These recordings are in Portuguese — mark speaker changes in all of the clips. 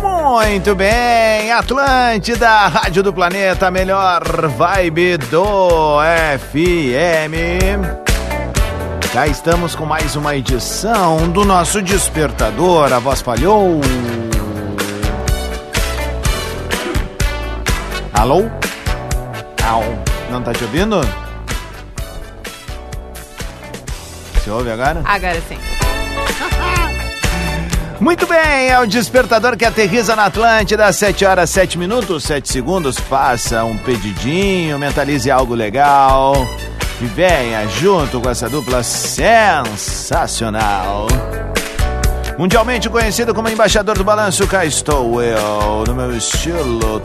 Speaker 1: Muito bem, Atlântida, Rádio do Planeta, melhor vibe do FM. Cá estamos com mais uma edição do nosso Despertador. A voz falhou. Alô? Au, não tá te ouvindo? Se ouve agora?
Speaker 2: Agora sim.
Speaker 1: Muito bem, é o despertador que aterriza na Atlântida, 7 horas, 7 minutos, 7 segundos. Faça um pedidinho, mentalize algo legal e venha junto com essa dupla sensacional. Mundialmente conhecido como embaixador do balanço, cá estou eu, no meu estilo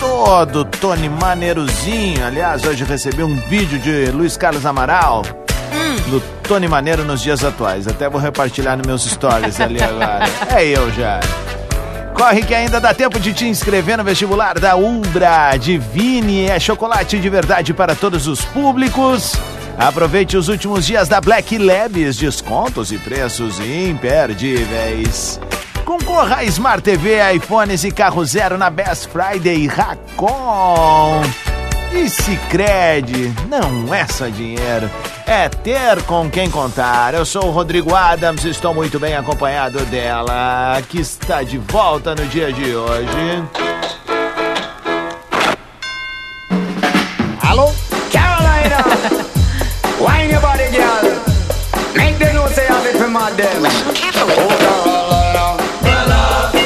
Speaker 1: todo Tony Maneirozinho. Aliás, hoje recebi um vídeo de Luiz Carlos Amaral do Tony Maneiro nos dias atuais. Até vou repartilhar nos meus stories ali agora. É eu já. Corre que ainda dá tempo de te inscrever no vestibular da Umbra. Divine é chocolate de verdade para todos os públicos. Aproveite os últimos dias da Black Labs, descontos e preços imperdíveis. Concorra a Smart TV, iPhones e carro zero na Best Friday Racon. E Sicredi não é só dinheiro, é ter com quem contar. Eu sou o Rodrigo Adams, estou muito bem acompanhado dela, que está de volta no dia de hoje. Alô?
Speaker 3: Carolina, wine your body, girl. Make them know say I'm it for my them. Oh,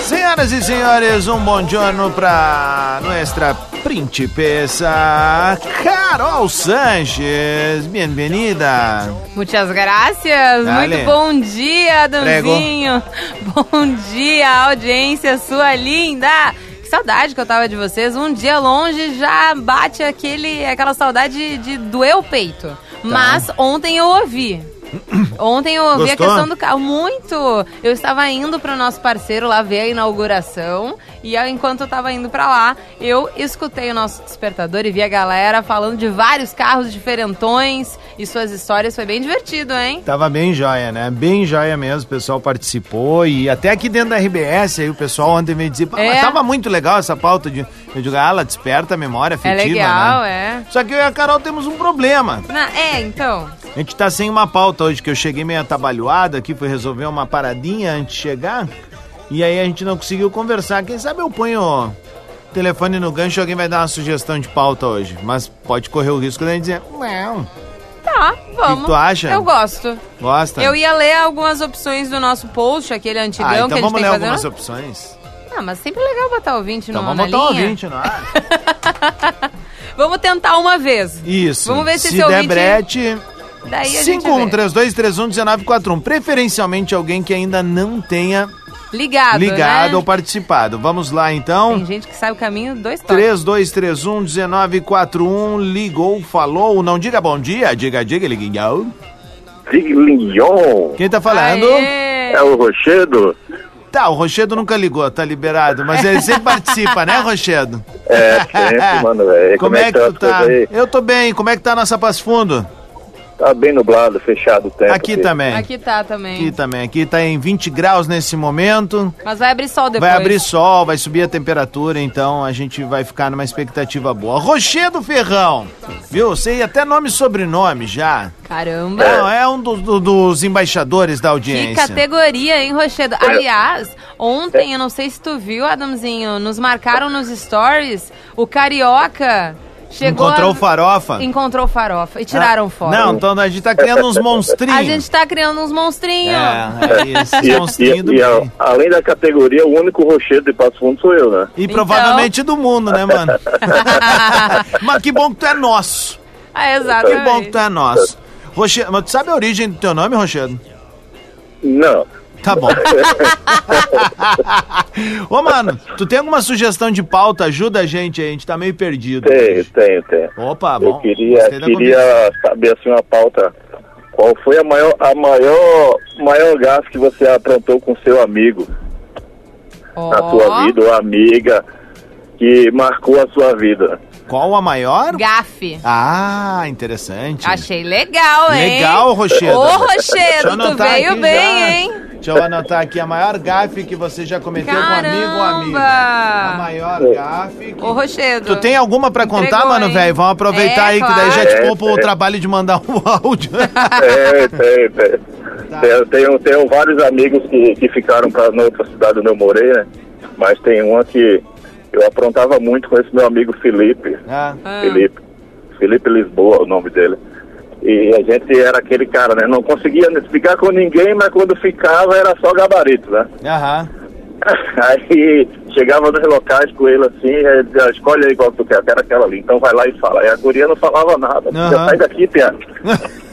Speaker 1: Senhoras e senhores, um bom giorno pra nossa princesa Carol Sanches. Bem-vinda.
Speaker 2: Muitas graças.
Speaker 1: Dale.
Speaker 2: Muito bom dia, Adamzinho. Bom dia, audiência sua linda. Que saudade que eu tava de vocês. Um dia longe já bate aquele, aquela saudade de doer o peito.
Speaker 1: Tá.
Speaker 2: Mas ontem eu ouvi. Ontem eu ouvi
Speaker 1: Gostou?
Speaker 2: a questão do carro. Muito! Eu estava indo para o nosso parceiro lá ver a inauguração. E aí, enquanto eu estava indo para lá, eu escutei o nosso despertador e vi a galera falando de vários carros diferentões e suas histórias. Foi bem divertido, hein?
Speaker 1: Tava bem joia, né? Bem joia mesmo, o pessoal participou e até aqui dentro da RBS aí o pessoal ontem veio dizer, "Pá, mas
Speaker 2: É.
Speaker 1: tava muito legal essa pauta de... Eu digo, ah, ela desperta a memória
Speaker 2: É
Speaker 1: afetiva,
Speaker 2: legal,
Speaker 1: né?
Speaker 2: é.
Speaker 1: Só que eu e a Carol temos um problema.
Speaker 2: Na- é, então.
Speaker 1: A gente tá sem uma pauta hoje, que eu cheguei meio atabalhoado aqui, fui resolver uma paradinha antes de chegar. E aí a gente não conseguiu conversar. Quem sabe eu ponho o telefone no gancho e alguém vai dar uma sugestão de pauta hoje. Mas pode correr o risco da gente dizer, não,
Speaker 2: Tá, vamos.
Speaker 1: tu acha?
Speaker 2: Eu gosto.
Speaker 1: gosta.
Speaker 2: Eu ia ler algumas opções do nosso post, aquele antigão
Speaker 1: ah,
Speaker 2: que
Speaker 1: então
Speaker 2: a gente
Speaker 1: vamos
Speaker 2: tem
Speaker 1: ler
Speaker 2: que fazer.
Speaker 1: algumas opções.
Speaker 2: Ah, mas sempre legal botar ouvinte
Speaker 1: Então
Speaker 2: no,
Speaker 1: vamos
Speaker 2: na
Speaker 1: botar um
Speaker 2: linha.
Speaker 1: ouvinte, não é?
Speaker 2: Vamos tentar uma vez.
Speaker 1: Isso.
Speaker 2: Vamos ver se
Speaker 1: se
Speaker 2: esse
Speaker 1: der
Speaker 2: ouvinte-
Speaker 1: brete...
Speaker 2: Daí a gente vê.
Speaker 1: 5132311941. Preferencialmente alguém que ainda não tenha
Speaker 2: Ligado,
Speaker 1: ligado
Speaker 2: né?
Speaker 1: ou participado. Vamos lá então.
Speaker 2: Tem gente que sabe o caminho dois toques.
Speaker 1: 3231 1941, ligou, falou, não diga bom dia, diga, diga, ligou.
Speaker 4: Lignon
Speaker 1: Quem tá falando?
Speaker 2: Aê!
Speaker 4: é o Rochedo?
Speaker 1: Tá, o Rochedo nunca ligou, tá liberado, mas ele sempre participa, né, Rochedo?
Speaker 4: É, sempre, mano, velho.
Speaker 1: Como, é que
Speaker 4: estão
Speaker 1: tu
Speaker 4: as
Speaker 1: tá?
Speaker 4: coisas aí?
Speaker 1: Eu tô bem, como é que tá a nossa Passo Fundo?
Speaker 4: Tá bem nublado, fechado o tempo.
Speaker 1: aqui
Speaker 4: filho.
Speaker 1: também. Aqui.
Speaker 2: Aqui tá também.
Speaker 1: também, É. aqui tá em 20 graus nesse momento.
Speaker 2: Mas vai abrir sol depois.
Speaker 1: Vai abrir sol, vai subir a temperatura, então a gente vai ficar numa expectativa boa. Rochedo Ferrão, viu? Sei até nome e sobrenome já.
Speaker 2: Caramba.
Speaker 1: Não, é um dos, do- dos embaixadores da
Speaker 2: Que
Speaker 1: audiência.
Speaker 2: categoria, hein, Rochedo? Aliás, ontem, eu não sei se tu viu, Adamzinho, nos marcaram nos stories O carioca chegou.
Speaker 1: Encontrou
Speaker 2: a-
Speaker 1: farofa? Ah,
Speaker 2: Encontrou farofa. E tiraram foto.
Speaker 1: Tá? Não, então a gente tá criando uns monstrinhos.
Speaker 2: A gente tá criando uns monstrinhos.
Speaker 1: É, é isso,
Speaker 4: E,
Speaker 1: uns monstrinhos do
Speaker 4: e- e a-
Speaker 1: bem.
Speaker 4: além da categoria, o único rochedo de Passo Fundo sou eu, né?
Speaker 1: E
Speaker 2: Então.
Speaker 1: provavelmente do mundo, né, mano? Mas que bom que tu é nosso.
Speaker 2: Ah,
Speaker 1: Que
Speaker 2: exatamente.
Speaker 1: bom que tu é nosso. Rochedo, mas tu sabe a origem do teu nome, Rochedo?
Speaker 4: Não.
Speaker 1: Tá bom. Ô, mano, tu tem alguma sugestão de pauta? Ajuda a gente aí, a gente tá meio perdido.
Speaker 4: Tenho, tenho, tenho.
Speaker 1: Opa,
Speaker 4: eu
Speaker 1: Tá bom.
Speaker 4: queria,
Speaker 1: gostei da
Speaker 4: queria saber assim uma pauta. Qual foi a maior, a maior, maior gasto que você aprontou com seu amigo na
Speaker 2: Ó,
Speaker 4: sua vida, ou amiga que marcou a sua vida?
Speaker 1: conversa. Qual a maior?
Speaker 2: Gafe.
Speaker 1: Ah, interessante.
Speaker 2: Achei legal, hein?
Speaker 1: Legal, Rochedo.
Speaker 2: Ô,
Speaker 1: Deixa eu
Speaker 2: Rochedo, tu
Speaker 1: anotar
Speaker 2: veio
Speaker 1: aqui
Speaker 2: bem,
Speaker 1: já.
Speaker 2: hein?
Speaker 1: Deixa eu anotar aqui a maior gafe que você já cometeu com um amigo ou amiga.
Speaker 2: Caramba!
Speaker 1: A maior gafe que...
Speaker 2: Ô, Rochedo.
Speaker 1: Tu tem alguma pra contar,
Speaker 2: Entregou,
Speaker 1: mano,
Speaker 2: hein?
Speaker 1: velho? Vamos aproveitar
Speaker 2: É,
Speaker 1: aí, que daí já te
Speaker 4: claro.
Speaker 1: poupa o trabalho de mandar um áudio.
Speaker 4: É, tem, tem.
Speaker 1: Tá.
Speaker 4: Tenho, tenho, tenho vários amigos que, que ficaram pra, na outra cidade onde eu morei, né? Mas tem uma que eu aprontava muito com esse meu amigo Felipe.
Speaker 1: Ah,
Speaker 2: Ah.
Speaker 4: Felipe. Felipe Lisboa, o nome dele. E a gente era aquele cara, né? Não conseguia ficar com ninguém, mas quando ficava era só gabarito, né?
Speaker 1: Aham.
Speaker 4: Aí chegava nos locais com ele assim, aí dizia, escolhe aí qual que tu quer, eu quero aquela ali, então vai lá e fala. Aí a guria não falava nada,
Speaker 1: Aham.
Speaker 4: já sai daqui, Piano.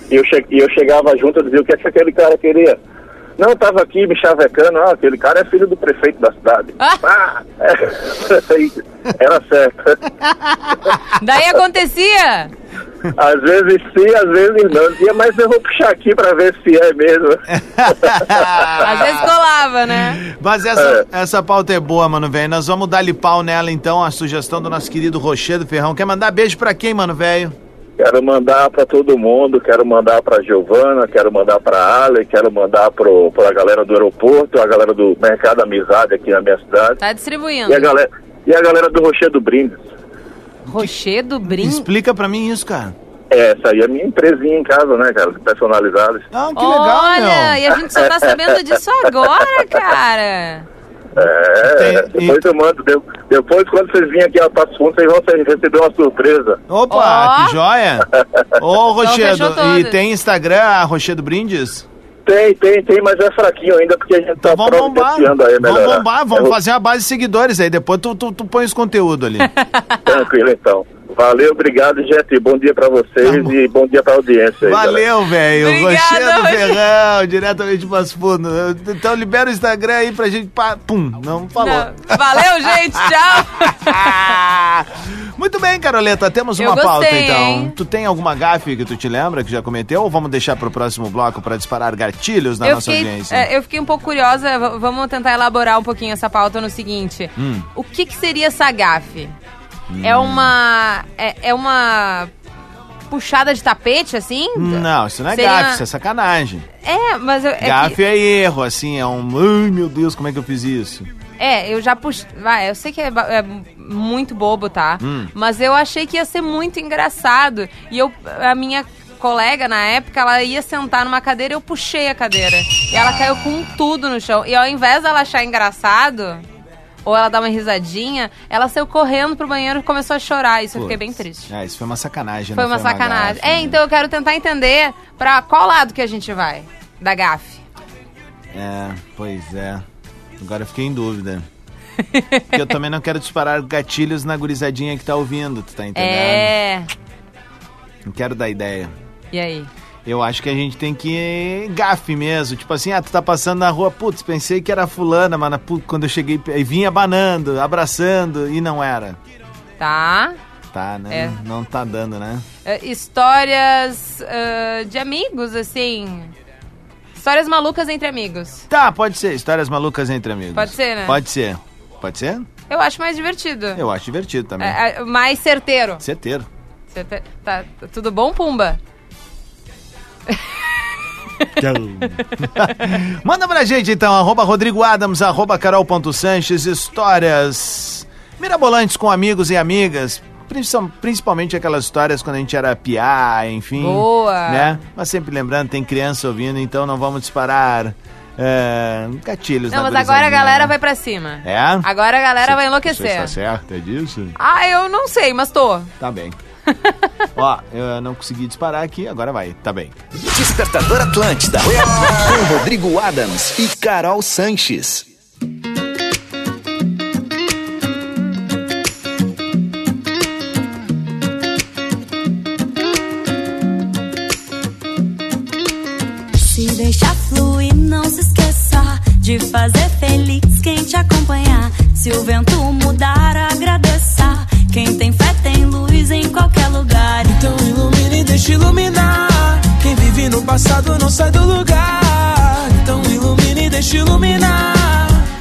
Speaker 4: e eu, che- e eu chegava junto e dizia o que, é que aquele cara queria. Não, eu tava aqui me chavecando, ah, aquele cara é filho do prefeito da cidade.
Speaker 2: Ah.
Speaker 4: Ah, é. era certo.
Speaker 2: Daí acontecia.
Speaker 4: Às vezes sim, às vezes não. Eu Dizia, mas eu vou puxar aqui pra ver se é mesmo.
Speaker 1: Ah.
Speaker 2: Às vezes colava, né?
Speaker 1: Mas essa, essa pauta é boa, mano, velho. Nós vamos dar-lhe pau nela, então, a sugestão do nosso querido Rochedo Ferrão. Quer mandar beijo pra quem, mano, velho?
Speaker 4: Quero mandar pra todo mundo, quero mandar pra Giovana, quero mandar pra Ale, quero mandar pro, pra galera do aeroporto, a galera do Mercado Amizade aqui na minha cidade.
Speaker 2: Tá distribuindo.
Speaker 4: E a galera, e a galera do Rochedo Brindes.
Speaker 2: Rochedo Brim.
Speaker 1: Explica pra mim isso, cara.
Speaker 4: É, Essa aí é a minha empresinha em casa, né, cara? Personalizadas.
Speaker 1: Ah, que legal,
Speaker 2: Olha,
Speaker 1: meu.
Speaker 2: e a gente só tá sabendo disso agora, cara.
Speaker 4: É,
Speaker 1: Tem-
Speaker 4: depois eu mando. de- Depois, quando vocês virem aqui a Passo Fundo, vocês vão ser- receber uma surpresa.
Speaker 1: Opa,
Speaker 2: Ó. Então,
Speaker 1: que joia. Ô, Rochedo,
Speaker 2: fechou
Speaker 1: e
Speaker 2: todas.
Speaker 1: tem Instagram, a Rochedo Brindes?
Speaker 4: Tem, tem, tem, mas é fraquinho ainda porque a gente
Speaker 1: Então
Speaker 4: tá
Speaker 1: vamos bombar.
Speaker 4: providenciando aí, É, melhor.
Speaker 1: Vamos bombar, vamos fazer uma base de seguidores aí. Depois tu, tu, tu põe os conteúdos ali.
Speaker 4: Tranquilo, então. Valeu, obrigado, Jetri. Bom dia pra vocês
Speaker 1: Tá bom.
Speaker 4: e bom dia pra audiência. aí, galera.
Speaker 1: Valeu, velho.
Speaker 2: Obrigada,
Speaker 1: Rochedo
Speaker 2: Rochedo.
Speaker 1: Ferrão, diretamente de Passo Fundo. Então libera o Instagram aí pra gente. pa- Pum, não falou. Ah!
Speaker 2: Não. Valeu, gente. Tchau.
Speaker 1: Muito bem, Caroleta, temos
Speaker 2: Eu
Speaker 1: uma pauta
Speaker 2: gostei,
Speaker 1: então.
Speaker 2: hein?
Speaker 1: Tu tem alguma gafe que tu te lembra que já cometeu ou vamos deixar pro próximo bloco pra disparar gatilhos na
Speaker 2: eu
Speaker 1: nossa
Speaker 2: fiquei,
Speaker 1: audiência?
Speaker 2: é, eu fiquei um pouco curiosa, v- vamos tentar elaborar um pouquinho essa pauta no seguinte.
Speaker 1: Hum.
Speaker 2: O que, que seria essa gafe? É uma. É, é uma puxada de tapete, assim?
Speaker 1: Não, isso não é
Speaker 2: Seria-
Speaker 1: gafe, isso é sacanagem.
Speaker 2: É, mas eu, é, que-
Speaker 1: gafe é erro, assim, é um. Ai meu Deus, como é que eu fiz isso?
Speaker 2: é, eu já puxei. Vai, eu sei que é, ba- é muito bobo, tá?
Speaker 1: Hum.
Speaker 2: Mas eu achei que ia ser muito engraçado. E eu, a minha colega na época, ela ia sentar numa cadeira e eu puxei a cadeira. E ela caiu com tudo no chão. E ao invés dela achar engraçado, ou ela dar uma risadinha, ela saiu correndo pro banheiro e começou a chorar. Isso eu fiquei bem
Speaker 1: Putz.
Speaker 2: triste.
Speaker 1: É, isso foi uma sacanagem,
Speaker 2: Foi
Speaker 1: não
Speaker 2: uma sacanagem.
Speaker 1: gafe, né?
Speaker 2: é, então eu quero tentar entender pra qual lado que a gente vai da gafe.
Speaker 1: É, pois é. Agora eu fiquei em dúvida. Porque eu também não quero disparar gatilhos na gurizadinha que tá ouvindo, tu tá entendendo?
Speaker 2: É.
Speaker 1: Não quero dar ideia.
Speaker 2: E aí?
Speaker 1: Eu acho que a gente tem que gafe mesmo. Tipo assim, ah, tu tá passando na rua, putz, pensei que era fulana, mas na pu- quando eu cheguei, aí vinha banando, abraçando, e não era.
Speaker 2: Tá?
Speaker 1: Tá, né?
Speaker 2: É.
Speaker 1: Não tá dando, né?
Speaker 2: É, histórias ah, de amigos, assim. Histórias malucas entre amigos.
Speaker 1: Tá, pode ser. Histórias malucas entre amigos.
Speaker 2: Pode ser, né?
Speaker 1: Pode ser. Pode ser?
Speaker 2: Eu acho mais divertido.
Speaker 1: Eu né? acho divertido também.
Speaker 2: É, é, mais certeiro.
Speaker 1: Certeiro.
Speaker 2: Certe- Tá, tá tudo bom, Pumba?
Speaker 1: Manda pra gente então, arroba Rodrigo Adams, arroba Carol.Sanches, histórias mirabolantes com amigos e amigas. principal- Principalmente aquelas histórias quando a gente era piá, enfim.
Speaker 2: Boa.
Speaker 1: Né? Mas sempre lembrando, tem criança ouvindo, então não vamos disparar é, gatilhos
Speaker 2: Não,
Speaker 1: na
Speaker 2: mas agora a
Speaker 1: gurizadinha,
Speaker 2: galera
Speaker 1: né?
Speaker 2: vai pra cima.
Speaker 1: É?
Speaker 2: Agora a galera vai
Speaker 1: Você tá está
Speaker 2: enlouquecer.
Speaker 1: certa é disso?
Speaker 2: Ah, eu não sei, mas tô.
Speaker 1: Tá bem. Ó, eu não consegui disparar aqui, agora vai. Tá bem.
Speaker 5: Despertador Atlântida. Com Rodrigo Adams e Carol Sanches.
Speaker 6: Se deixar fluir, não se esqueça de fazer feliz quem te acompanhar. Se o vento mudar, agradeça. Quem tem fé tem luz em qualquer lugar.
Speaker 7: Então ilumine e deixe iluminar. Quem vive no passado não sai do lugar. Então ilumine e deixe iluminar.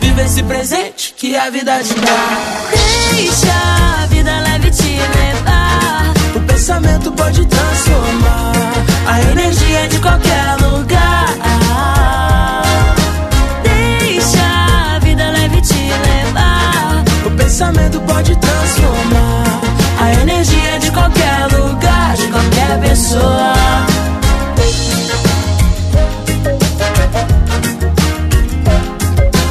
Speaker 7: Vive esse presente que a vida te dá.
Speaker 6: Deixa a vida leve te levar.
Speaker 7: O pensamento pode transformar a energia de qualquer lugar.
Speaker 6: Deixa a vida leve te levar.
Speaker 7: O pensamento pode transformar a energia de qualquer lugar, de qualquer pessoa.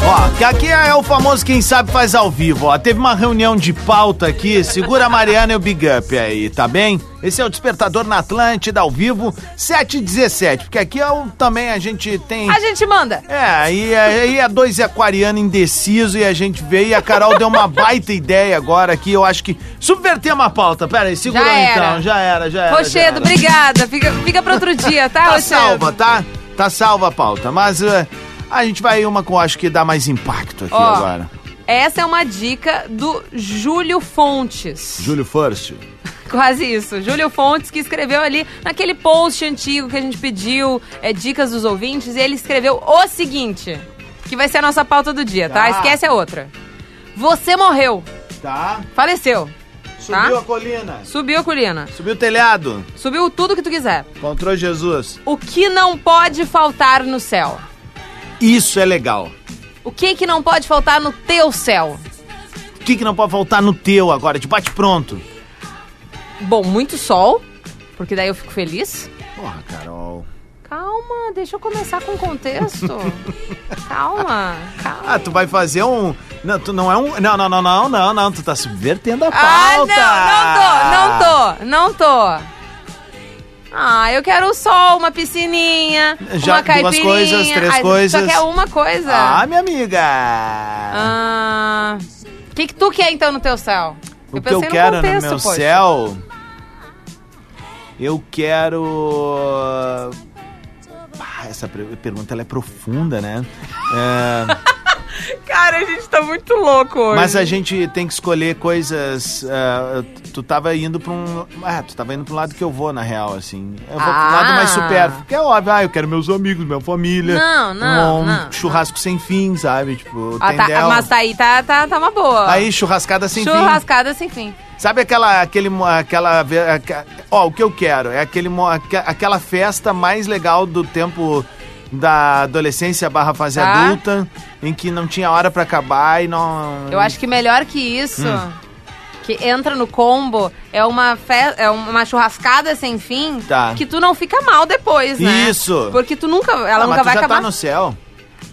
Speaker 1: Ó, que aqui é o famoso quem sabe faz ao vivo, ó. Teve uma reunião de pauta aqui, segura a Mariana e o Big Up aí, tá bem? Esse é o Despertador na Atlântida, ao vivo, 7h17, porque aqui é o, também a gente tem...
Speaker 2: A gente manda.
Speaker 1: É, aí, aí é dois aquariano indeciso e a gente veio e a Carol deu uma baita ideia agora aqui, eu acho que... Subverter uma pauta, pera aí, segura
Speaker 2: Já era.
Speaker 1: então, já era, já era. já
Speaker 2: Rochedo,
Speaker 1: era.
Speaker 2: obrigada. Fica, fica pra outro dia, tá,
Speaker 1: Tá
Speaker 2: Rochedo?
Speaker 1: salva, tá? Tá salva a pauta, mas eh, a gente vai uma que eu acho que dá mais impacto aqui
Speaker 2: Ó,
Speaker 1: agora.
Speaker 2: Essa é uma dica do Júlio Fontes.
Speaker 1: Júlio First.
Speaker 2: Quase isso. Júlio Fontes que escreveu ali naquele post antigo que a gente pediu é, dicas dos ouvintes e ele escreveu o seguinte, que vai ser a nossa pauta do dia, tá?
Speaker 1: Tá.
Speaker 2: Esquece a outra. Você morreu,
Speaker 1: Tá.
Speaker 2: faleceu,
Speaker 1: Subiu
Speaker 2: Tá?
Speaker 1: a colina.
Speaker 2: subiu a colina,
Speaker 1: Subiu o telhado.
Speaker 2: subiu tudo que tu quiser.
Speaker 1: Encontrou Jesus.
Speaker 2: O que não pode faltar no céu?
Speaker 1: Isso é legal.
Speaker 2: O que que não pode faltar no teu céu?
Speaker 1: O que, que não pode faltar no teu agora? De bate pronto.
Speaker 2: Bom, muito sol, porque daí eu fico feliz.
Speaker 1: Porra, Carol.
Speaker 2: Calma, deixa eu começar com o contexto. calma, calma.
Speaker 1: Ah, tu vai fazer um. Não, tu não é um. Não, não, não, não, não, não. Tu tá subvertendo a
Speaker 2: Ah,
Speaker 1: pauta.
Speaker 2: não, não tô, não tô, não tô. Ah, eu quero o sol, uma piscininha,
Speaker 1: Já
Speaker 2: uma
Speaker 1: duas
Speaker 2: caipirinha.
Speaker 1: coisas, três
Speaker 2: Ai,
Speaker 1: coisas.
Speaker 2: Só quer uma coisa.
Speaker 1: Ah, minha amiga.
Speaker 2: Ah, o que, que tu quer então no teu céu?
Speaker 1: o que eu
Speaker 2: pensei
Speaker 1: quero no,
Speaker 2: contexto,
Speaker 1: meu
Speaker 2: poxa.
Speaker 1: céu. Eu quero. Ah, essa pre- pergunta ela é profunda, né? É.
Speaker 2: Cara, a gente tá muito louco hoje.
Speaker 1: Mas a gente tem que escolher coisas. ah, tu tava indo pra um. Ah, tu tava indo pra um lado que eu vou, na real, assim. Eu vou pro
Speaker 2: Ah.
Speaker 1: lado mais supérfluo. Que é óbvio, ah, eu quero meus amigos, minha família.
Speaker 2: Não, não,
Speaker 1: Um
Speaker 2: não.
Speaker 1: churrasco sem fim, sabe? Tipo,
Speaker 2: Ah, tá,
Speaker 1: tendel.
Speaker 2: mas tá aí, tá, tá, tá uma boa.
Speaker 1: Aí, churrascada sem fim.
Speaker 2: Churrascada sem fim.
Speaker 1: Sabe aquela. Aquele, mo- aquela ve- aque- ó, o que eu quero? É aquele, mo- aque- aquela festa mais legal do tempo da adolescência barra fase
Speaker 2: Tá.
Speaker 1: adulta, em que não tinha hora pra acabar e não.
Speaker 2: Eu acho que melhor que isso,
Speaker 1: Hum.
Speaker 2: que entra no combo, é uma, fe- é uma churrascada sem fim,
Speaker 1: Tá.
Speaker 2: que tu não fica mal depois, né?
Speaker 1: Isso.
Speaker 2: Porque tu nunca, ela
Speaker 1: Ah, mas
Speaker 2: nunca
Speaker 1: tu
Speaker 2: vai
Speaker 1: já
Speaker 2: acabar.
Speaker 1: tá no céu.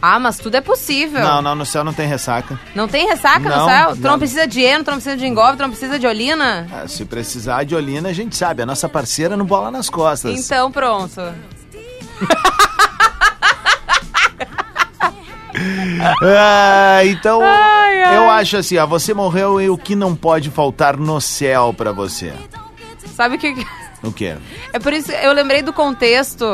Speaker 2: Ah, mas tudo é possível.
Speaker 1: Não, não, no céu não tem ressaca.
Speaker 2: Não tem ressaca
Speaker 1: Não,
Speaker 2: no céu? Tu
Speaker 1: não.
Speaker 2: não precisa de eno, tu não precisa de engove, tu não precisa de olina?
Speaker 1: Ah, se precisar de Olina, a gente sabe, a nossa parceira não bola nas costas.
Speaker 2: Então, pronto.
Speaker 1: Ah, então
Speaker 2: Ai, ai.
Speaker 1: eu acho assim, ó, você morreu e o que não pode faltar no céu pra você?
Speaker 2: Sabe o que...
Speaker 1: O quê?
Speaker 2: É por isso que eu lembrei do contexto,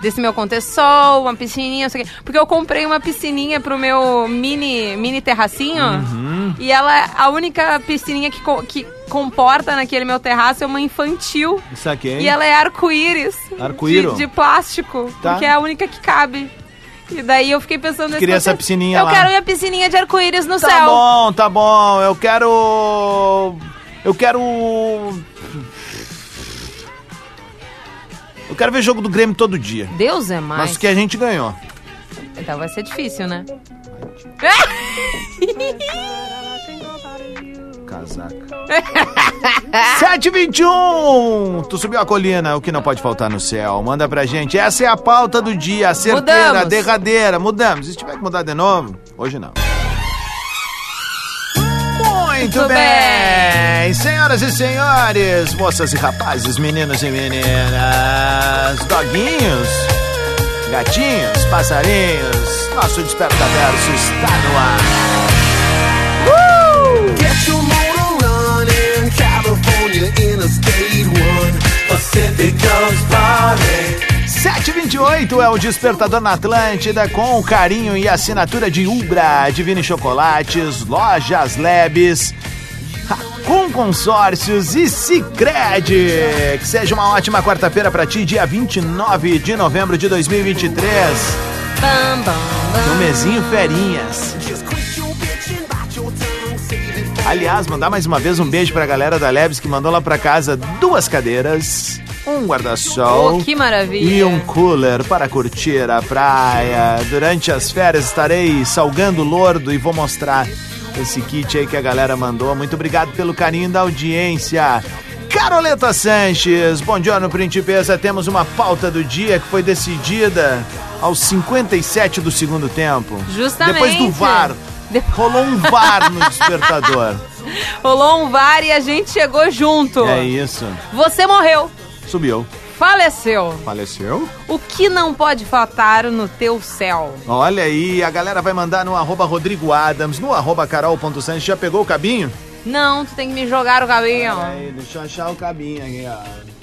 Speaker 2: desse meu contexto, sol, uma piscininha, não sei o quê. Porque eu comprei uma piscininha pro meu mini, mini terracinho.
Speaker 1: Uhum.
Speaker 2: E ela, a única piscininha que, co- que comporta naquele meu terraço é uma infantil.
Speaker 1: Isso aqui,
Speaker 2: E ela é arco-íris.
Speaker 1: Arco-íro?
Speaker 2: De, de plástico.
Speaker 1: Tá.
Speaker 2: Porque é a única que cabe. E daí eu fiquei pensando nesse
Speaker 1: queria essa
Speaker 2: contexto.
Speaker 1: piscininha
Speaker 2: Eu
Speaker 1: lá.
Speaker 2: quero minha piscininha de arco-íris no
Speaker 1: Tá
Speaker 2: céu.
Speaker 1: bom, tá bom. Eu quero. Eu quero. Eu quero ver jogo do Grêmio todo dia.
Speaker 2: Deus é mais.
Speaker 1: Mas o que a gente ganhou.
Speaker 2: Então vai ser difícil, né?
Speaker 1: Cara, casaca. 721! Tu subiu a colina, o que não pode faltar no céu. Manda pra gente. Essa é a pauta do dia, a certeira,
Speaker 2: Mudamos.
Speaker 1: a derradeira. Mudamos. Se tiver que mudar de novo, hoje não. Muito
Speaker 2: Muito
Speaker 1: bem. senhoras e senhores, moças e rapazes, meninos e meninas, doguinhos, gatinhos, passarinhos, nosso despertaverso está no ar.
Speaker 7: Get your motor running, California Interstate 1, Pacific Coast Party.
Speaker 1: 728 é o Despertador na Atlântida com o carinho e assinatura de Ubra, Divine Chocolates, Lojas Labs, com consórcios e Sicredi. Que seja uma ótima quarta-feira pra ti, dia 29 de novembro de 2023.
Speaker 2: Bam, bam, bam.
Speaker 1: No mesinho Ferinhas. Aliás, mandar mais uma vez um beijo pra galera da Labs que mandou lá pra casa duas cadeiras, um guarda-sol.
Speaker 2: Oh, que maravilha.
Speaker 1: E um cooler para curtir a praia. Durante as férias estarei salgando o lordo e vou mostrar esse kit aí que a galera mandou. Muito obrigado pelo carinho da audiência. Caroleta Sanches, bom dia, Principesa. Temos uma pauta do dia que foi decidida aos 57 do segundo tempo.
Speaker 2: Justamente.
Speaker 1: Depois do VAR.
Speaker 2: De-
Speaker 1: Rolou um VAR no despertador.
Speaker 2: Rolou um VAR e a gente chegou junto.
Speaker 1: é isso.
Speaker 2: Você morreu,
Speaker 1: Subiu.
Speaker 2: faleceu.
Speaker 1: Faleceu?
Speaker 2: O que não pode faltar no teu céu?
Speaker 1: Olha aí, a galera vai mandar no arroba Rodrigo Adams, no arroba carol.sanches. Já pegou o cabinho?
Speaker 2: Não, tu tem que me jogar o cabinho.
Speaker 1: Aí, deixa eu achar o cabinho aqui, ó.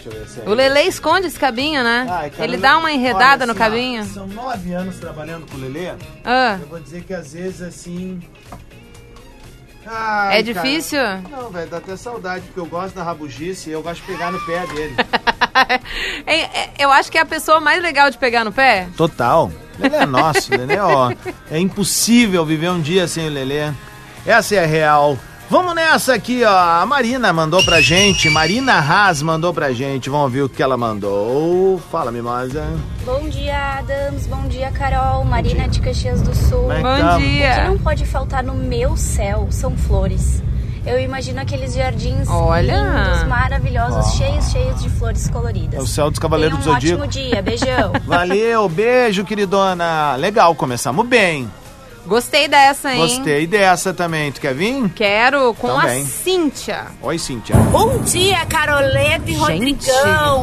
Speaker 1: Deixa eu ver se é
Speaker 2: O Lele esconde esse cabinho, né?
Speaker 1: Ah, cara,
Speaker 2: Ele
Speaker 1: eu-
Speaker 2: dá uma
Speaker 1: olha,
Speaker 2: enredada no
Speaker 1: assim, ó,
Speaker 2: cabinho.
Speaker 1: são nove anos trabalhando com o Lelê.
Speaker 2: Ah,
Speaker 1: Eu vou dizer que às vezes, assim... Ai,
Speaker 2: é difícil?
Speaker 1: cara. Não, velho, dá até saudade, porque eu gosto da rabugice e eu gosto de pegar no pé dele.
Speaker 2: É- é- Eu acho que é a pessoa mais legal de pegar no pé.
Speaker 1: Total. Lelê é nosso, Lelê, ó. É impossível viver um dia sem o Lelê. Essa é a real. Vamos nessa aqui, ó. A Marina mandou pra gente. Marina Haas mandou pra gente. Vamos ouvir o que ela mandou. Fala, mimosa.
Speaker 8: Bom dia, Adams. Bom dia, Carol. Marina de Caxias do Sul.
Speaker 1: Como é que
Speaker 2: Bom
Speaker 1: tamo?
Speaker 8: O que
Speaker 2: dia.
Speaker 8: não pode faltar no meu céu são flores. Eu imagino aqueles jardins
Speaker 2: Olha.
Speaker 8: lindos, maravilhosos, cheios, cheios de flores coloridas.
Speaker 1: É o céu dos Cavaleiros do
Speaker 8: Tenha um
Speaker 1: Zodíaco.
Speaker 8: ótimo dia. Beijão.
Speaker 1: Valeu, beijo, queridona. Legal, começamos bem.
Speaker 2: Gostei dessa, hein?
Speaker 1: Gostei dessa também. Tu quer vir?
Speaker 2: Quero com
Speaker 1: Também.
Speaker 2: a Cíntia.
Speaker 1: Oi, Cintia.
Speaker 9: Bom dia, Caroleta e
Speaker 2: Gente,
Speaker 9: Rodrigão.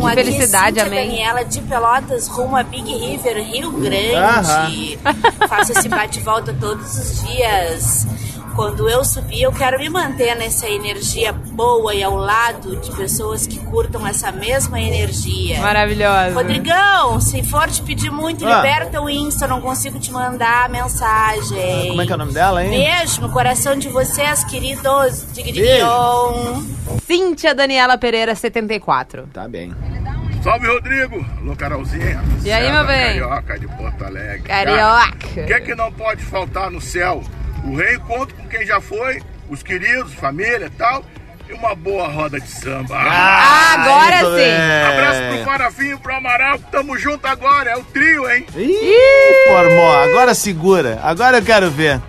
Speaker 2: que
Speaker 9: Aqui é
Speaker 2: felicidade,
Speaker 9: Cíntia
Speaker 2: amém.
Speaker 9: Daniela de Pelotas rumo a Big River, Rio Grande. Faço esse bate-volta todos os dias. Quando eu subir, eu quero me manter nessa energia boa e ao lado de pessoas que curtam essa mesma energia.
Speaker 2: Maravilhosa.
Speaker 9: Rodrigão, se for te pedir muito,
Speaker 1: Ah.
Speaker 9: liberta o Insta, eu não consigo te mandar mensagem.
Speaker 1: Como é que é o nome dela, hein?
Speaker 9: Beijo no coração de vocês, queridos. Digridion.
Speaker 2: Cíntia Daniela Pereira, 74.
Speaker 1: Tá bem.
Speaker 10: Salve, Rodrigo! Alô, Carolzinha.
Speaker 2: E aí, meu bem?
Speaker 10: Carioca de Porto Alegre.
Speaker 2: Carioca.
Speaker 10: O que é que não pode faltar no céu? O reencontro com quem já foi, os queridos, família e tal, e uma boa roda de samba.
Speaker 2: Ah, agora
Speaker 1: muito
Speaker 2: sim.
Speaker 11: É.
Speaker 1: bem.
Speaker 10: Abraço pro Farafinho, pro Amaral, tamo junto agora, é o trio, hein?
Speaker 1: Ih, formou. Agora segura. Agora eu quero ver.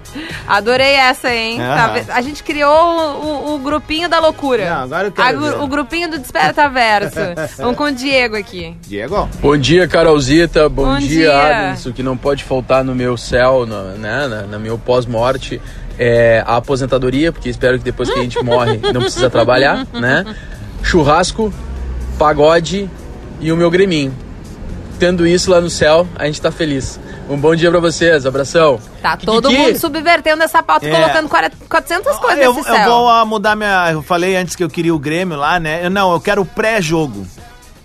Speaker 2: Adorei essa, hein?
Speaker 1: Aham.
Speaker 2: Tá ve- A gente criou o, o- o grupinho da loucura.
Speaker 1: Não, agora eu quero
Speaker 2: A gru-
Speaker 1: ver.
Speaker 2: O grupinho do Despertaverso. Vamos com o Diego aqui.
Speaker 1: Diego.
Speaker 12: Bom dia, Carolzita. Bom,
Speaker 2: Bom
Speaker 12: dia,
Speaker 2: dia.
Speaker 12: Adams. O que não pode faltar no meu céu, na- né, na, na meu pós-morte, é a aposentadoria, porque espero que depois que a gente morre não precisa trabalhar, né? Churrasco, pagode e o meu greminho. Tendo isso lá no céu, a gente tá feliz. Um bom dia pra vocês, abração.
Speaker 2: Tá
Speaker 12: Que-
Speaker 2: todo
Speaker 12: que- que-
Speaker 2: mundo subvertendo essa pauta,
Speaker 1: É.
Speaker 2: colocando 40 400 coisas
Speaker 1: Ah, eu,
Speaker 2: nesse
Speaker 1: eu
Speaker 2: céu.
Speaker 1: vou ah, mudar minha. Eu falei antes que eu queria o Grêmio lá, né? Eu, não, eu quero o pré-jogo.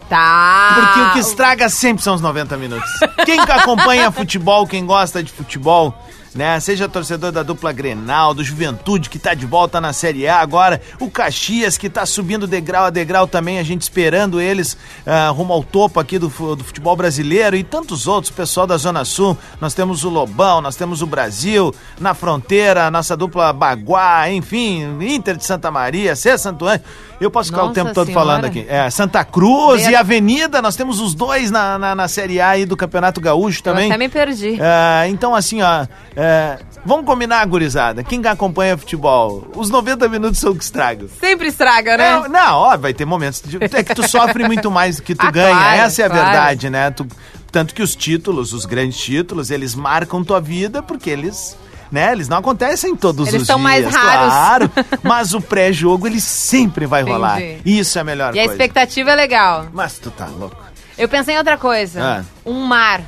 Speaker 2: Tá.
Speaker 1: Porque o que estraga sempre são os 90 minutos. Quem que acompanha futebol, quem gosta de futebol, né? Seja torcedor da dupla Grenal, do Juventude, que tá de volta na Série A agora, o Caxias, que tá subindo degrau a degrau também, a gente esperando eles ah, rumo ao topo aqui do, fu- do futebol brasileiro e tantos outros, pessoal da Zona Sul. Nós temos o Lobão, nós temos o Brasil, na fronteira, a nossa dupla Baguá, enfim, Inter de Santa Maria, C. Santo Anjo. Eu posso ficar o
Speaker 2: Nossa
Speaker 1: tempo todo
Speaker 2: Senhora.
Speaker 1: falando aqui. É, Santa Cruz
Speaker 2: Ver-
Speaker 1: e Avenida, nós temos os dois na, na, na Série A aí do Campeonato Gaúcho
Speaker 2: Eu
Speaker 1: também.
Speaker 2: até me perdi.
Speaker 1: É, então, assim, ó, é, É, vamos combinar, gurizada. Quem acompanha futebol, os 90 minutos são que estragam.
Speaker 2: Sempre estraga, né?
Speaker 1: Não, não, ó, vai ter momentos. De, é que tu sofre muito mais do que tu
Speaker 2: Ah,
Speaker 1: ganha.
Speaker 2: claro,
Speaker 1: Essa é a
Speaker 2: claro.
Speaker 1: verdade, né? Tu- tanto que os títulos, os grandes títulos, eles marcam tua vida porque eles. Né? Eles não acontecem todos
Speaker 2: Eles
Speaker 1: os
Speaker 2: são
Speaker 1: dias,
Speaker 2: mais raros.
Speaker 1: claro. Mas o pré-jogo ele sempre vai rolar.
Speaker 2: Entendi.
Speaker 1: Isso é a melhor
Speaker 2: E a
Speaker 1: coisa.
Speaker 2: expectativa é legal.
Speaker 1: Mas tu tá louco.
Speaker 2: Eu pensei em outra coisa.
Speaker 1: Ah.
Speaker 2: Um mar.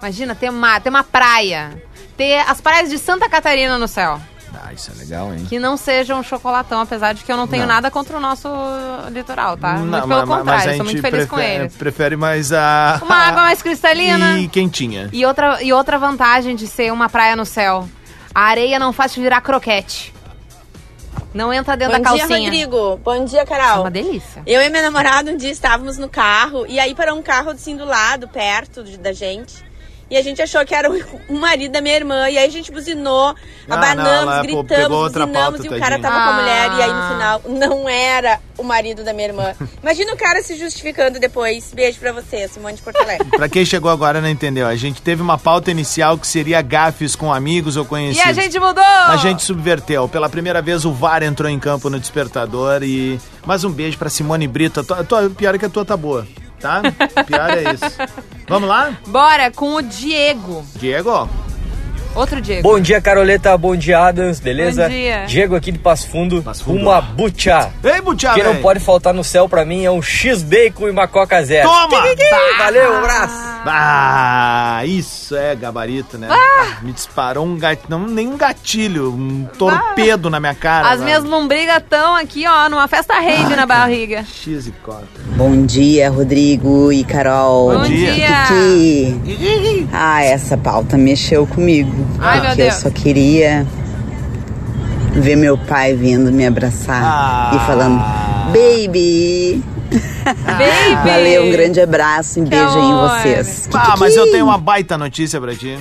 Speaker 2: Imagina ter mar, ter uma praia. Ter as praias de Santa Catarina no céu.
Speaker 1: Ah, isso é legal, hein?
Speaker 2: Que não seja um chocolatão, apesar de que eu não tenho
Speaker 1: Não.
Speaker 2: nada contra o nosso litoral, tá?
Speaker 1: Não,
Speaker 2: Muito
Speaker 1: ma-
Speaker 2: pelo
Speaker 1: ma-
Speaker 2: contrário, sou muito feliz com
Speaker 1: prefere-
Speaker 2: ele.
Speaker 1: Prefere mais a.
Speaker 2: Uma água mais cristalina.
Speaker 1: E quentinha.
Speaker 2: E outra, e outra vantagem de ser uma praia no céu. A areia não faz te virar croquete. Não entra dentro
Speaker 13: Bom
Speaker 2: da calcinha.
Speaker 13: dia, Rodrigo. Bom dia, Carol.
Speaker 2: É uma delícia.
Speaker 13: Eu e meu namorado um dia estávamos no carro e aí parou um carro assim do lado, perto de- da gente. E a gente achou que era o, o marido da minha irmã. E aí a gente buzinou,
Speaker 1: Ah, não,
Speaker 13: abanamos,
Speaker 1: ela pô-
Speaker 13: gritamos,
Speaker 1: pegou outra
Speaker 13: buzinamos
Speaker 1: pauta,
Speaker 13: e o cara
Speaker 1: tadinha.
Speaker 13: tava com a mulher. E aí no
Speaker 2: Ah.
Speaker 13: final não era o marido da minha irmã. Imagina o cara se justificando depois. Beijo pra você, Simone de Porto Alegre.
Speaker 1: Pra quem chegou agora não entendeu, a gente teve uma pauta inicial que seria gafes com amigos ou
Speaker 2: E
Speaker 1: conhecidos.
Speaker 2: a gente mudou!
Speaker 1: A gente subverteu. Pela primeira vez o VAR entrou em campo no despertador e mais um beijo pra Simone Brito. A tua, a tua- pior é que a tua tá boa, tá? Pior é isso. Vamos lá?
Speaker 2: Bora com o Diego.
Speaker 1: Diego.
Speaker 2: Outro Diego.
Speaker 11: Bom dia, Caroleta. Bom dia, Adams. Beleza?
Speaker 2: Bom dia.
Speaker 11: Diego aqui de Passo Fundo.
Speaker 1: Fundo.
Speaker 11: Uma bucha.
Speaker 1: Ei, bucha,
Speaker 11: Que não
Speaker 1: véi.
Speaker 11: pode faltar no céu pra mim é um X-Bacon e uma Coca Zero.
Speaker 1: Toma!
Speaker 11: Tiquiqui! Valeu, um abraço.
Speaker 1: Ah, isso é gabarito, né?
Speaker 2: Ah!
Speaker 1: Me disparou um gatilho, não, nem um gatilho, um torpedo na minha cara.
Speaker 2: Ah! As minhas lombrigas estão aqui, ó, numa festa rave na barriga.
Speaker 1: X e cota.
Speaker 14: Bom dia, Rodrigo e Carol.
Speaker 2: Bom dia.
Speaker 14: Kiki. Ah, essa pauta mexeu comigo.
Speaker 2: Ai, meu
Speaker 14: porque
Speaker 2: Deus.
Speaker 14: eu só queria ver meu pai vindo me abraçar
Speaker 1: Ah.
Speaker 14: e falando: Baby!
Speaker 2: Baby!
Speaker 14: Ah, Valeu, um grande abraço e beijo aí em
Speaker 2: amor.
Speaker 14: vocês.
Speaker 1: Ah,
Speaker 14: Kiki.
Speaker 1: mas eu tenho uma baita notícia pra ti.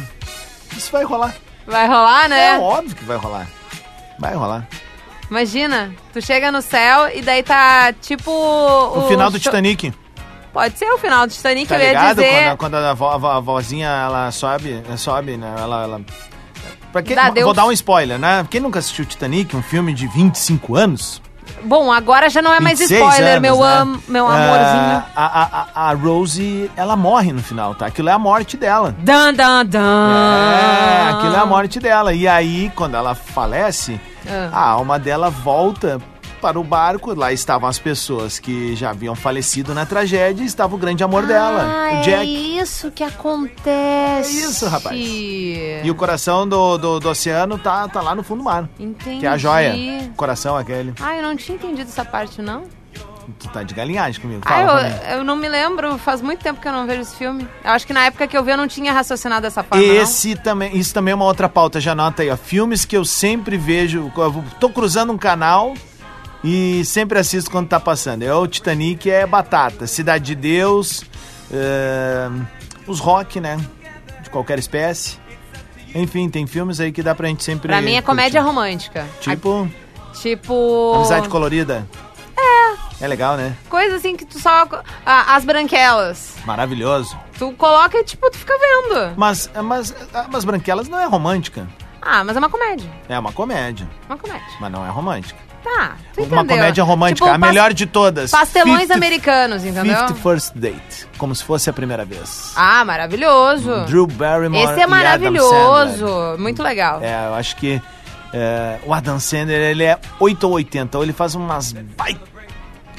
Speaker 1: Isso vai rolar.
Speaker 2: Vai rolar, né?
Speaker 14: um
Speaker 1: É óbvio que vai rolar. Vai rolar.
Speaker 2: Imagina, tu chega no céu e daí tá tipo.
Speaker 1: O,
Speaker 2: O,
Speaker 1: final do
Speaker 2: show-
Speaker 1: Titanic.
Speaker 2: Pode ser o final do Titanic,
Speaker 1: Tá
Speaker 2: eu ia
Speaker 1: ligado?
Speaker 2: dizer.
Speaker 1: Quando, a- quando a, vo- a vo- a vozinha ela sobe, sobe, né? Ela. ela... Pra quem,
Speaker 2: Dá
Speaker 1: vou
Speaker 2: Deus.
Speaker 1: dar um spoiler, né? Quem nunca assistiu Titanic, um filme de 25 anos?
Speaker 2: Bom, agora já não é mais
Speaker 1: 26
Speaker 2: spoiler,
Speaker 1: anos,
Speaker 2: meu,
Speaker 1: né?
Speaker 2: am- meu
Speaker 1: Ah,
Speaker 2: amorzinho.
Speaker 1: a, a- a- a Rose, ela morre no final, tá? Aquilo é a morte dela.
Speaker 2: Dan, dan, dan.
Speaker 1: É, aquilo é a morte dela. E aí, quando ela falece,
Speaker 2: Ah.
Speaker 1: a alma dela volta para o barco. Lá estavam as pessoas que já haviam falecido na tragédia e estava o grande amor dela, o
Speaker 2: É
Speaker 1: Jack.
Speaker 2: isso que acontece.
Speaker 1: É isso, rapaz.
Speaker 2: E
Speaker 1: E o coração do, do, do oceano tá, tá lá no fundo do mar.
Speaker 2: Entendi.
Speaker 1: Que é a joia. O coração é aquele.
Speaker 2: Ah, eu não tinha entendido essa parte, não.
Speaker 1: Tu tá de galinhagem comigo.
Speaker 2: Ah,
Speaker 1: Fala pra mim.
Speaker 2: eu, eu não me lembro, faz muito tempo que eu não vejo esse filme. Eu acho que na época que eu vi eu não tinha raciocinado essa forma,
Speaker 1: Esse também, isso também é uma outra pauta, já anota aí, ó. Filmes que eu sempre vejo, eu tô cruzando um canal e sempre assisto quando tá passando. É o Titanic, é Batata, Cidade de Deus, é, os rock, né? De qualquer espécie. Enfim, tem filmes aí que dá pra gente
Speaker 2: não.
Speaker 1: sempre.
Speaker 2: Pra mim é comédia romântica.
Speaker 1: curtir. Tipo,
Speaker 2: A- tipo...
Speaker 1: Amizade Colorida. É. É legal, né?
Speaker 2: Coisa assim que tu só... ah, as branquelas.
Speaker 1: Maravilhoso.
Speaker 2: Tu coloca e, tipo, tu fica vendo.
Speaker 1: Mas, mas, mas Branquelas não é romântica.
Speaker 2: Ah, mas é uma comédia.
Speaker 1: É uma comédia,
Speaker 2: Uma comédia.
Speaker 1: mas não é romântica.
Speaker 2: Tá, tu entendeu.
Speaker 1: Uma comédia romântica,
Speaker 2: Tipo,
Speaker 1: a
Speaker 2: pas-
Speaker 1: melhor de todas.
Speaker 2: Pastelões
Speaker 1: Fifty-
Speaker 2: americanos, entendeu?
Speaker 1: Fifty First Date, como se fosse a primeira vez.
Speaker 2: Ah, maravilhoso.
Speaker 1: Drew Barrymore
Speaker 2: Esse
Speaker 1: e
Speaker 2: é
Speaker 1: Adam
Speaker 2: maravilhoso. Muito legal.
Speaker 1: É, eu acho que é, o Adam Sandler, ele é 8 ou 80, ou ele faz umas baita...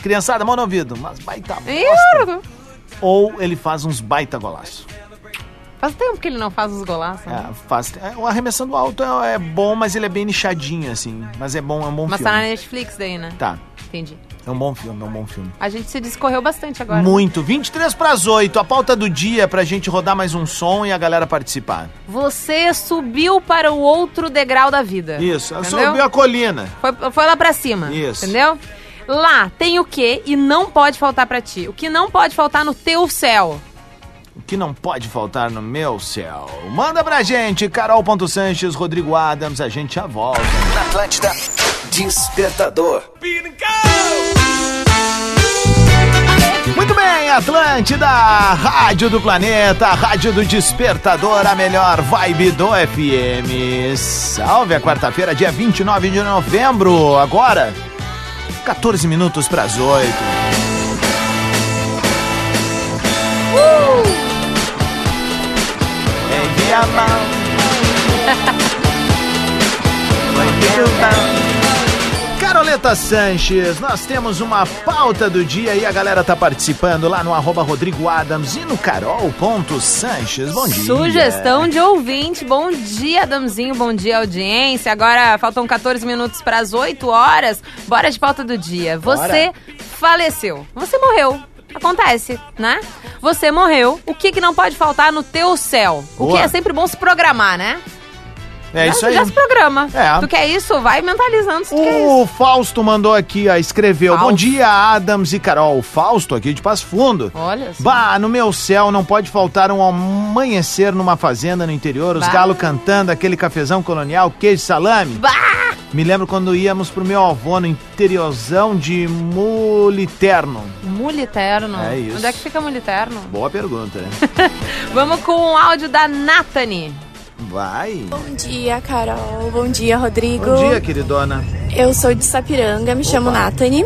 Speaker 1: Criançada, mão no ouvido, umas baita bosta. Ou ele faz uns baita golaço.
Speaker 2: Faz tempo que ele não faz os golaços. né?
Speaker 1: É, faz, é, o Arremessando Alto é, é bom, mas ele é bem nichadinho, assim. Mas é bom, é um bom
Speaker 2: Mas tá na
Speaker 1: filme.
Speaker 2: Netflix daí, né?
Speaker 1: Tá,
Speaker 2: Entendi.
Speaker 1: é um bom filme, é um bom filme.
Speaker 2: A gente se discorreu bastante agora.
Speaker 1: Muito. 23 pras 8, a pauta do dia é pra gente rodar mais um som e a galera participar.
Speaker 2: Você subiu para o outro degrau da vida.
Speaker 1: Isso,
Speaker 2: É. Entendeu?
Speaker 1: subiu a colina.
Speaker 2: Foi, foi lá pra cima.
Speaker 1: Isso.
Speaker 2: Entendeu? Lá tem o que e não pode faltar pra ti. O que não pode faltar no teu céu.
Speaker 1: O que não pode faltar no meu céu. Manda pra gente, Carol.Sanches, Rodrigo Adams, a gente já volta.
Speaker 5: Atlântida Despertador.
Speaker 1: Muito bem, Atlântida, Rádio do Planeta, Rádio do Despertador, a melhor vibe do FM. Salve a quarta-feira, dia 29 de novembro, agora 14 minutos para as 8. Pegue a Caroleta Sanches, nós temos uma pauta do dia e a galera tá participando lá no arroba Rodrigo Adams e no carol.sanches. Bom dia.
Speaker 2: Sugestão de ouvinte. Bom dia, Adamzinho. Bom dia, audiência. Agora faltam 14 minutos para as 8 horas. Bora de pauta do dia. Você faleceu. Você morreu. Acontece, né? Você morreu. O que, que não pode faltar no teu céu? O
Speaker 1: Boa.
Speaker 2: que é sempre bom se programar, né?
Speaker 1: É
Speaker 2: Já-
Speaker 1: isso aí.
Speaker 2: Já se programa.
Speaker 1: É.
Speaker 2: Tu quer isso? Vai mentalizando se tu quer é isso.
Speaker 1: O Fausto mandou aqui, ó, escreveu: Bom dia, Adams e Carol. Fausto aqui de Passo Fundo.
Speaker 2: Olha só.
Speaker 1: Bah, no meu céu não pode faltar um amanhecer numa fazenda no interior, os
Speaker 2: Bah.
Speaker 1: galos cantando, aquele cafezão colonial, queijo e salame. Me lembro quando íamos pro meu avô no interiorzão de Muliterno.
Speaker 2: Muliterno.
Speaker 1: É isso.
Speaker 2: Onde é que fica Muliterno?
Speaker 1: Boa pergunta, né?
Speaker 2: Vamos com o áudio da Nathani.
Speaker 1: Vai.
Speaker 15: Bom dia, Carol. Bom dia, Rodrigo.
Speaker 1: Bom dia, queridona.
Speaker 15: Eu sou de Sapiranga, me chamo Nathani.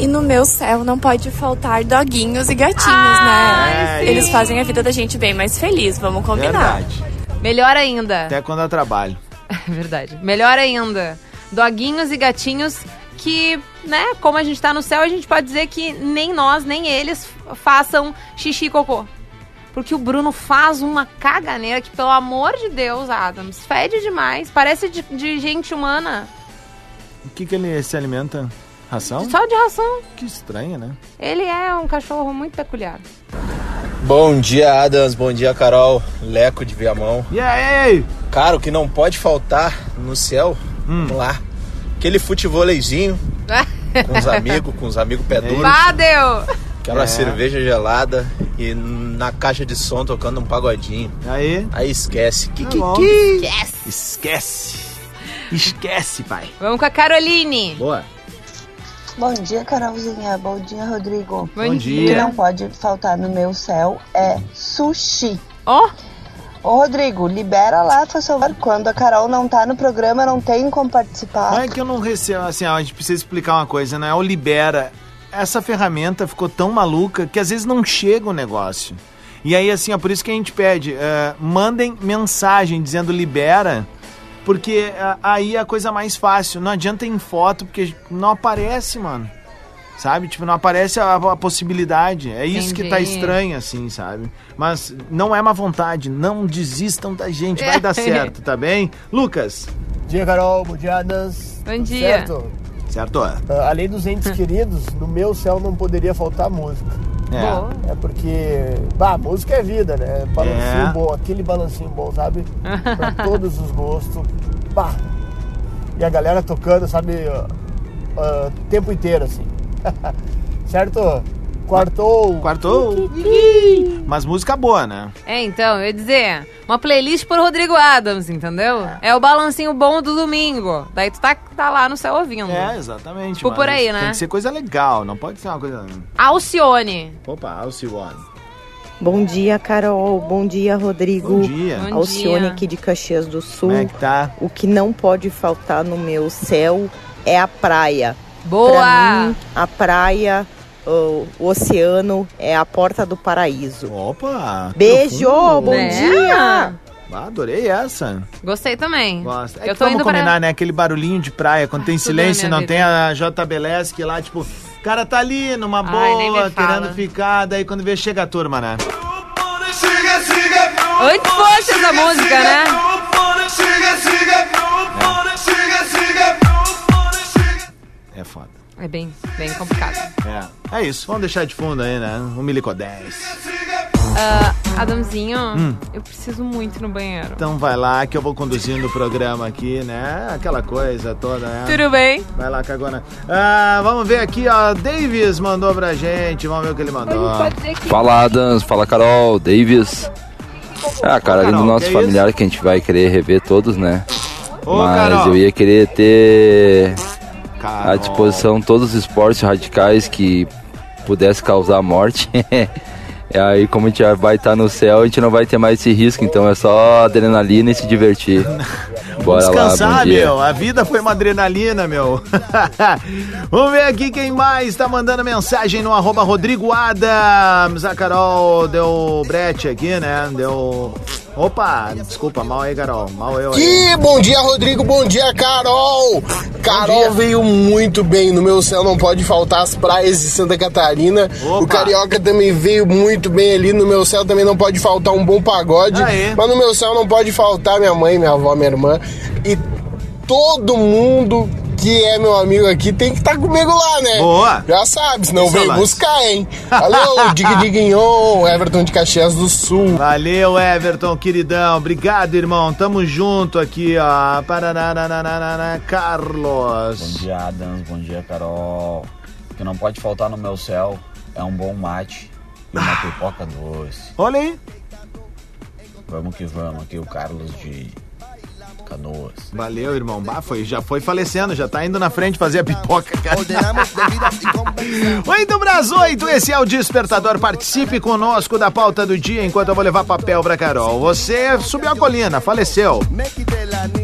Speaker 15: E no meu céu não pode faltar doguinhos e gatinhos, né?
Speaker 1: sim.
Speaker 15: Eles fazem a vida da gente bem mais feliz, vamos combinar.
Speaker 1: Verdade.
Speaker 2: Melhor ainda.
Speaker 1: Até quando eu trabalho.
Speaker 2: É verdade. Melhor ainda. Doguinhos e gatinhos que, né, como a gente tá no céu, a gente pode dizer que nem nós, nem eles f- façam xixi e cocô. Porque o Bruno faz uma caganeira que, pelo amor de Deus, Adams, fede demais. Parece de, de gente humana.
Speaker 1: O que, que ele se alimenta? Ração?
Speaker 2: Só de ração.
Speaker 1: Que estranho, né?
Speaker 2: Ele é um cachorro muito peculiar.
Speaker 12: Bom dia, Adams. Bom dia, Carol. Leco de Viamão.
Speaker 1: E aí?
Speaker 12: Cara, o que não pode faltar no céu,
Speaker 1: Hum.
Speaker 12: vamos lá. Aquele futevôleizinho com os amigos, com os amigos pé duro.
Speaker 2: Padeu!
Speaker 12: Aquela
Speaker 1: É.
Speaker 12: cerveja gelada e na caixa de som tocando um pagodinho.
Speaker 1: Aí?
Speaker 12: Aí esquece. Que, que,
Speaker 1: É bom.
Speaker 12: que?
Speaker 2: Esquece.
Speaker 1: Esquece. Esquece, pai.
Speaker 2: Vamos com a Caroline.
Speaker 1: Boa.
Speaker 16: Bom dia, Carolzinha. Bom dia, Rodrigo.
Speaker 2: Bom
Speaker 16: O que
Speaker 2: dia.
Speaker 16: não pode faltar no meu céu é sushi.
Speaker 2: Ó!
Speaker 16: Ô, Rodrigo, libera lá, por favor. Quando a Carol não tá no programa, não tem como participar.
Speaker 1: Não é que eu não recebo, assim, ó, a gente precisa explicar uma coisa, né? O Libera, essa ferramenta ficou tão maluca que às vezes não chega o negócio. E aí, assim, ó, por isso que a gente pede, eh, mandem mensagem dizendo libera, porque ah, aí é a coisa mais fácil. Não adianta em foto, porque não aparece, mano. Sabe? Tipo, não aparece a, a possibilidade. É isso que tá
Speaker 2: Entendi.
Speaker 1: estranho, assim, sabe? Mas não é má vontade. Não desistam da gente. Vai dar certo, tá bem? Lucas.
Speaker 17: Bom dia, Carol. Bom dia, Adams.
Speaker 2: Bom
Speaker 17: Tudo
Speaker 2: dia.
Speaker 17: Certo?
Speaker 1: Certo?
Speaker 17: Ah, além dos
Speaker 2: Hum.
Speaker 17: entes queridos, no meu céu não poderia faltar música.
Speaker 1: É. Boa.
Speaker 17: É porque, bah, música é vida, né? Balancinho
Speaker 1: É.
Speaker 17: bom, aquele balancinho bom, sabe? pra todos os gostos. Bah. E a galera tocando, sabe? ah, o tempo inteiro, assim. certo? Quartou.
Speaker 1: Quartou. Mas música boa, né?
Speaker 2: É, então, eu ia dizer, uma playlist pro Rodrigo Adams, entendeu? É o balancinho bom do domingo. Daí tu tá, tá lá no céu ouvindo.
Speaker 1: É, exatamente.
Speaker 2: Tipo
Speaker 1: mas
Speaker 2: por aí, né?
Speaker 1: Tem que ser coisa legal, não pode ser uma coisa.
Speaker 2: Alcione.
Speaker 1: Opa, Alcione.
Speaker 18: Bom dia, Carol. Bom dia, Rodrigo.
Speaker 1: Bom
Speaker 2: Uh,
Speaker 1: dia. Bom
Speaker 18: Alcione
Speaker 1: dia.
Speaker 18: aqui de Caxias do Sul.
Speaker 1: Como é que tá?
Speaker 18: O que não pode faltar no meu céu é a praia.
Speaker 2: Boa!
Speaker 18: Pra mim, a praia, o, o oceano é a porta do paraíso.
Speaker 1: Opa! que
Speaker 18: Beijo!
Speaker 1: profundo.
Speaker 18: Bom
Speaker 2: Né?
Speaker 18: dia!
Speaker 1: É. Ah, adorei essa.
Speaker 2: Gostei também.
Speaker 1: Gosto. É
Speaker 2: eu
Speaker 1: que
Speaker 2: tô
Speaker 1: vamos
Speaker 2: indo
Speaker 1: combinar,
Speaker 2: pra...
Speaker 1: né? Aquele barulhinho de praia, quando tem
Speaker 2: tudo na
Speaker 1: silêncio e
Speaker 2: minha
Speaker 1: não
Speaker 2: vida.
Speaker 1: tem a JBLS que lá, tipo, o cara tá ali numa
Speaker 2: Ai, nem
Speaker 1: boa,
Speaker 2: me fala.
Speaker 1: querendo ficar, daí quando vê, chega a turma, né?
Speaker 2: Antes fosse essa música, né?
Speaker 1: É foda.
Speaker 2: É bem, bem complicado.
Speaker 1: É. É isso, vamos deixar de fundo aí, né? Um milico 10.
Speaker 2: Ah, Adamzinho,
Speaker 1: Hum.
Speaker 2: eu preciso muito ir no banheiro.
Speaker 1: Então vai lá que eu vou conduzindo o programa aqui, né? Aquela coisa toda, né?
Speaker 2: Tudo bem?
Speaker 1: Vai lá, cagona. Ah, vamos ver aqui, ó. Davis mandou pra gente. Vamos ver o que ele mandou.
Speaker 19: Fala Adams, fala Carol, Davis. Ah, cara, ali no
Speaker 1: Carol,
Speaker 19: nosso
Speaker 1: que
Speaker 19: familiar que a gente vai querer rever todos, né?
Speaker 1: Ô,
Speaker 19: Mas
Speaker 1: Carol.
Speaker 19: eu ia querer ter à
Speaker 1: Carol.
Speaker 19: disposição todos os esportes radicais que pudesse causar a morte. E aí, como a gente já vai estar no céu, a gente não vai ter mais esse risco, então é só adrenalina e se divertir. Bora
Speaker 1: Descansar,
Speaker 19: lá, bom dia.
Speaker 1: meu. A vida foi uma adrenalina, meu. Vamos ver aqui quem mais tá mandando mensagem no arroba Rodrigo Adams. A Carol deu brete aqui, né? Deu. Opa, desculpa, mal aí, Carol. Mal eu aí.
Speaker 20: Ih, bom dia, Rodrigo. Bom dia, Carol. Carol veio muito bem. No meu céu não pode faltar as praias de Santa Catarina. O Carioca também veio muito bem ali. No meu céu também não pode faltar um bom pagode.
Speaker 1: Aê.
Speaker 20: Mas no meu céu não pode faltar minha mãe, minha avó, minha irmã. E todo mundo que é meu amigo aqui tem que estar comigo lá, né?
Speaker 1: Boa.
Speaker 20: Já sabe, senão
Speaker 1: Isso
Speaker 20: veio
Speaker 1: lá.
Speaker 20: buscar, hein? Valeu, Dig Diguinho, Everton de Caxias do Sul.
Speaker 1: Valeu, Everton, queridão. Obrigado, irmão. Tamo junto aqui, ó. Parananana, Carlos.
Speaker 21: Bom dia, Adams. Bom dia, Carol. O que não pode faltar no meu céu é um bom mate e uma pipoca doce.
Speaker 1: Olha aí.
Speaker 21: Vamos que vamos. Aqui o Carlos de Canoas.
Speaker 1: Valeu, irmão. Bah, foi, já foi falecendo, já tá indo na frente fazer a pipoca, cara. Oito pras oito, esse é o Despertador. Participe conosco da pauta do dia enquanto eu vou levar papel pra Carol. Você subiu a colina, faleceu.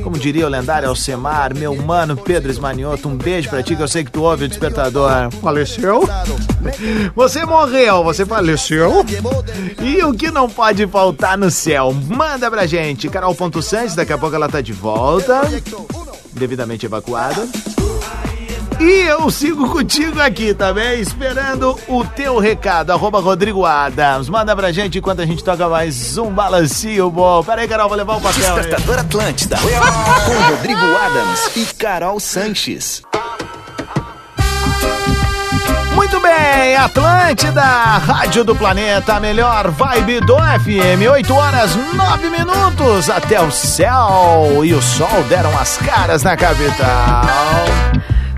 Speaker 1: Como diria o lendário Alcemar, meu mano Pedro Esmanioto, um beijo pra ti que eu sei que tu ouve o Despertador. Faleceu? Você morreu, você faleceu? E o que não pode faltar no céu? Manda pra gente, carol.santos, daqui a pouco ela tá de volta, devidamente evacuada. E eu sigo contigo aqui, tá bem? Esperando o teu recado, arroba Rodrigo Adams. Manda pra gente enquanto a gente toca mais um balancinho bom. Pera aí, Carol, vou levar o papel. aí.
Speaker 5: Despertador Atlântida. Com Rodrigo Adams e Carol Sanches.
Speaker 1: Muito bem, Atlântida, Rádio do Planeta, a melhor vibe do FM. 8 horas 9 minutos até o céu e o sol deram as caras na capital.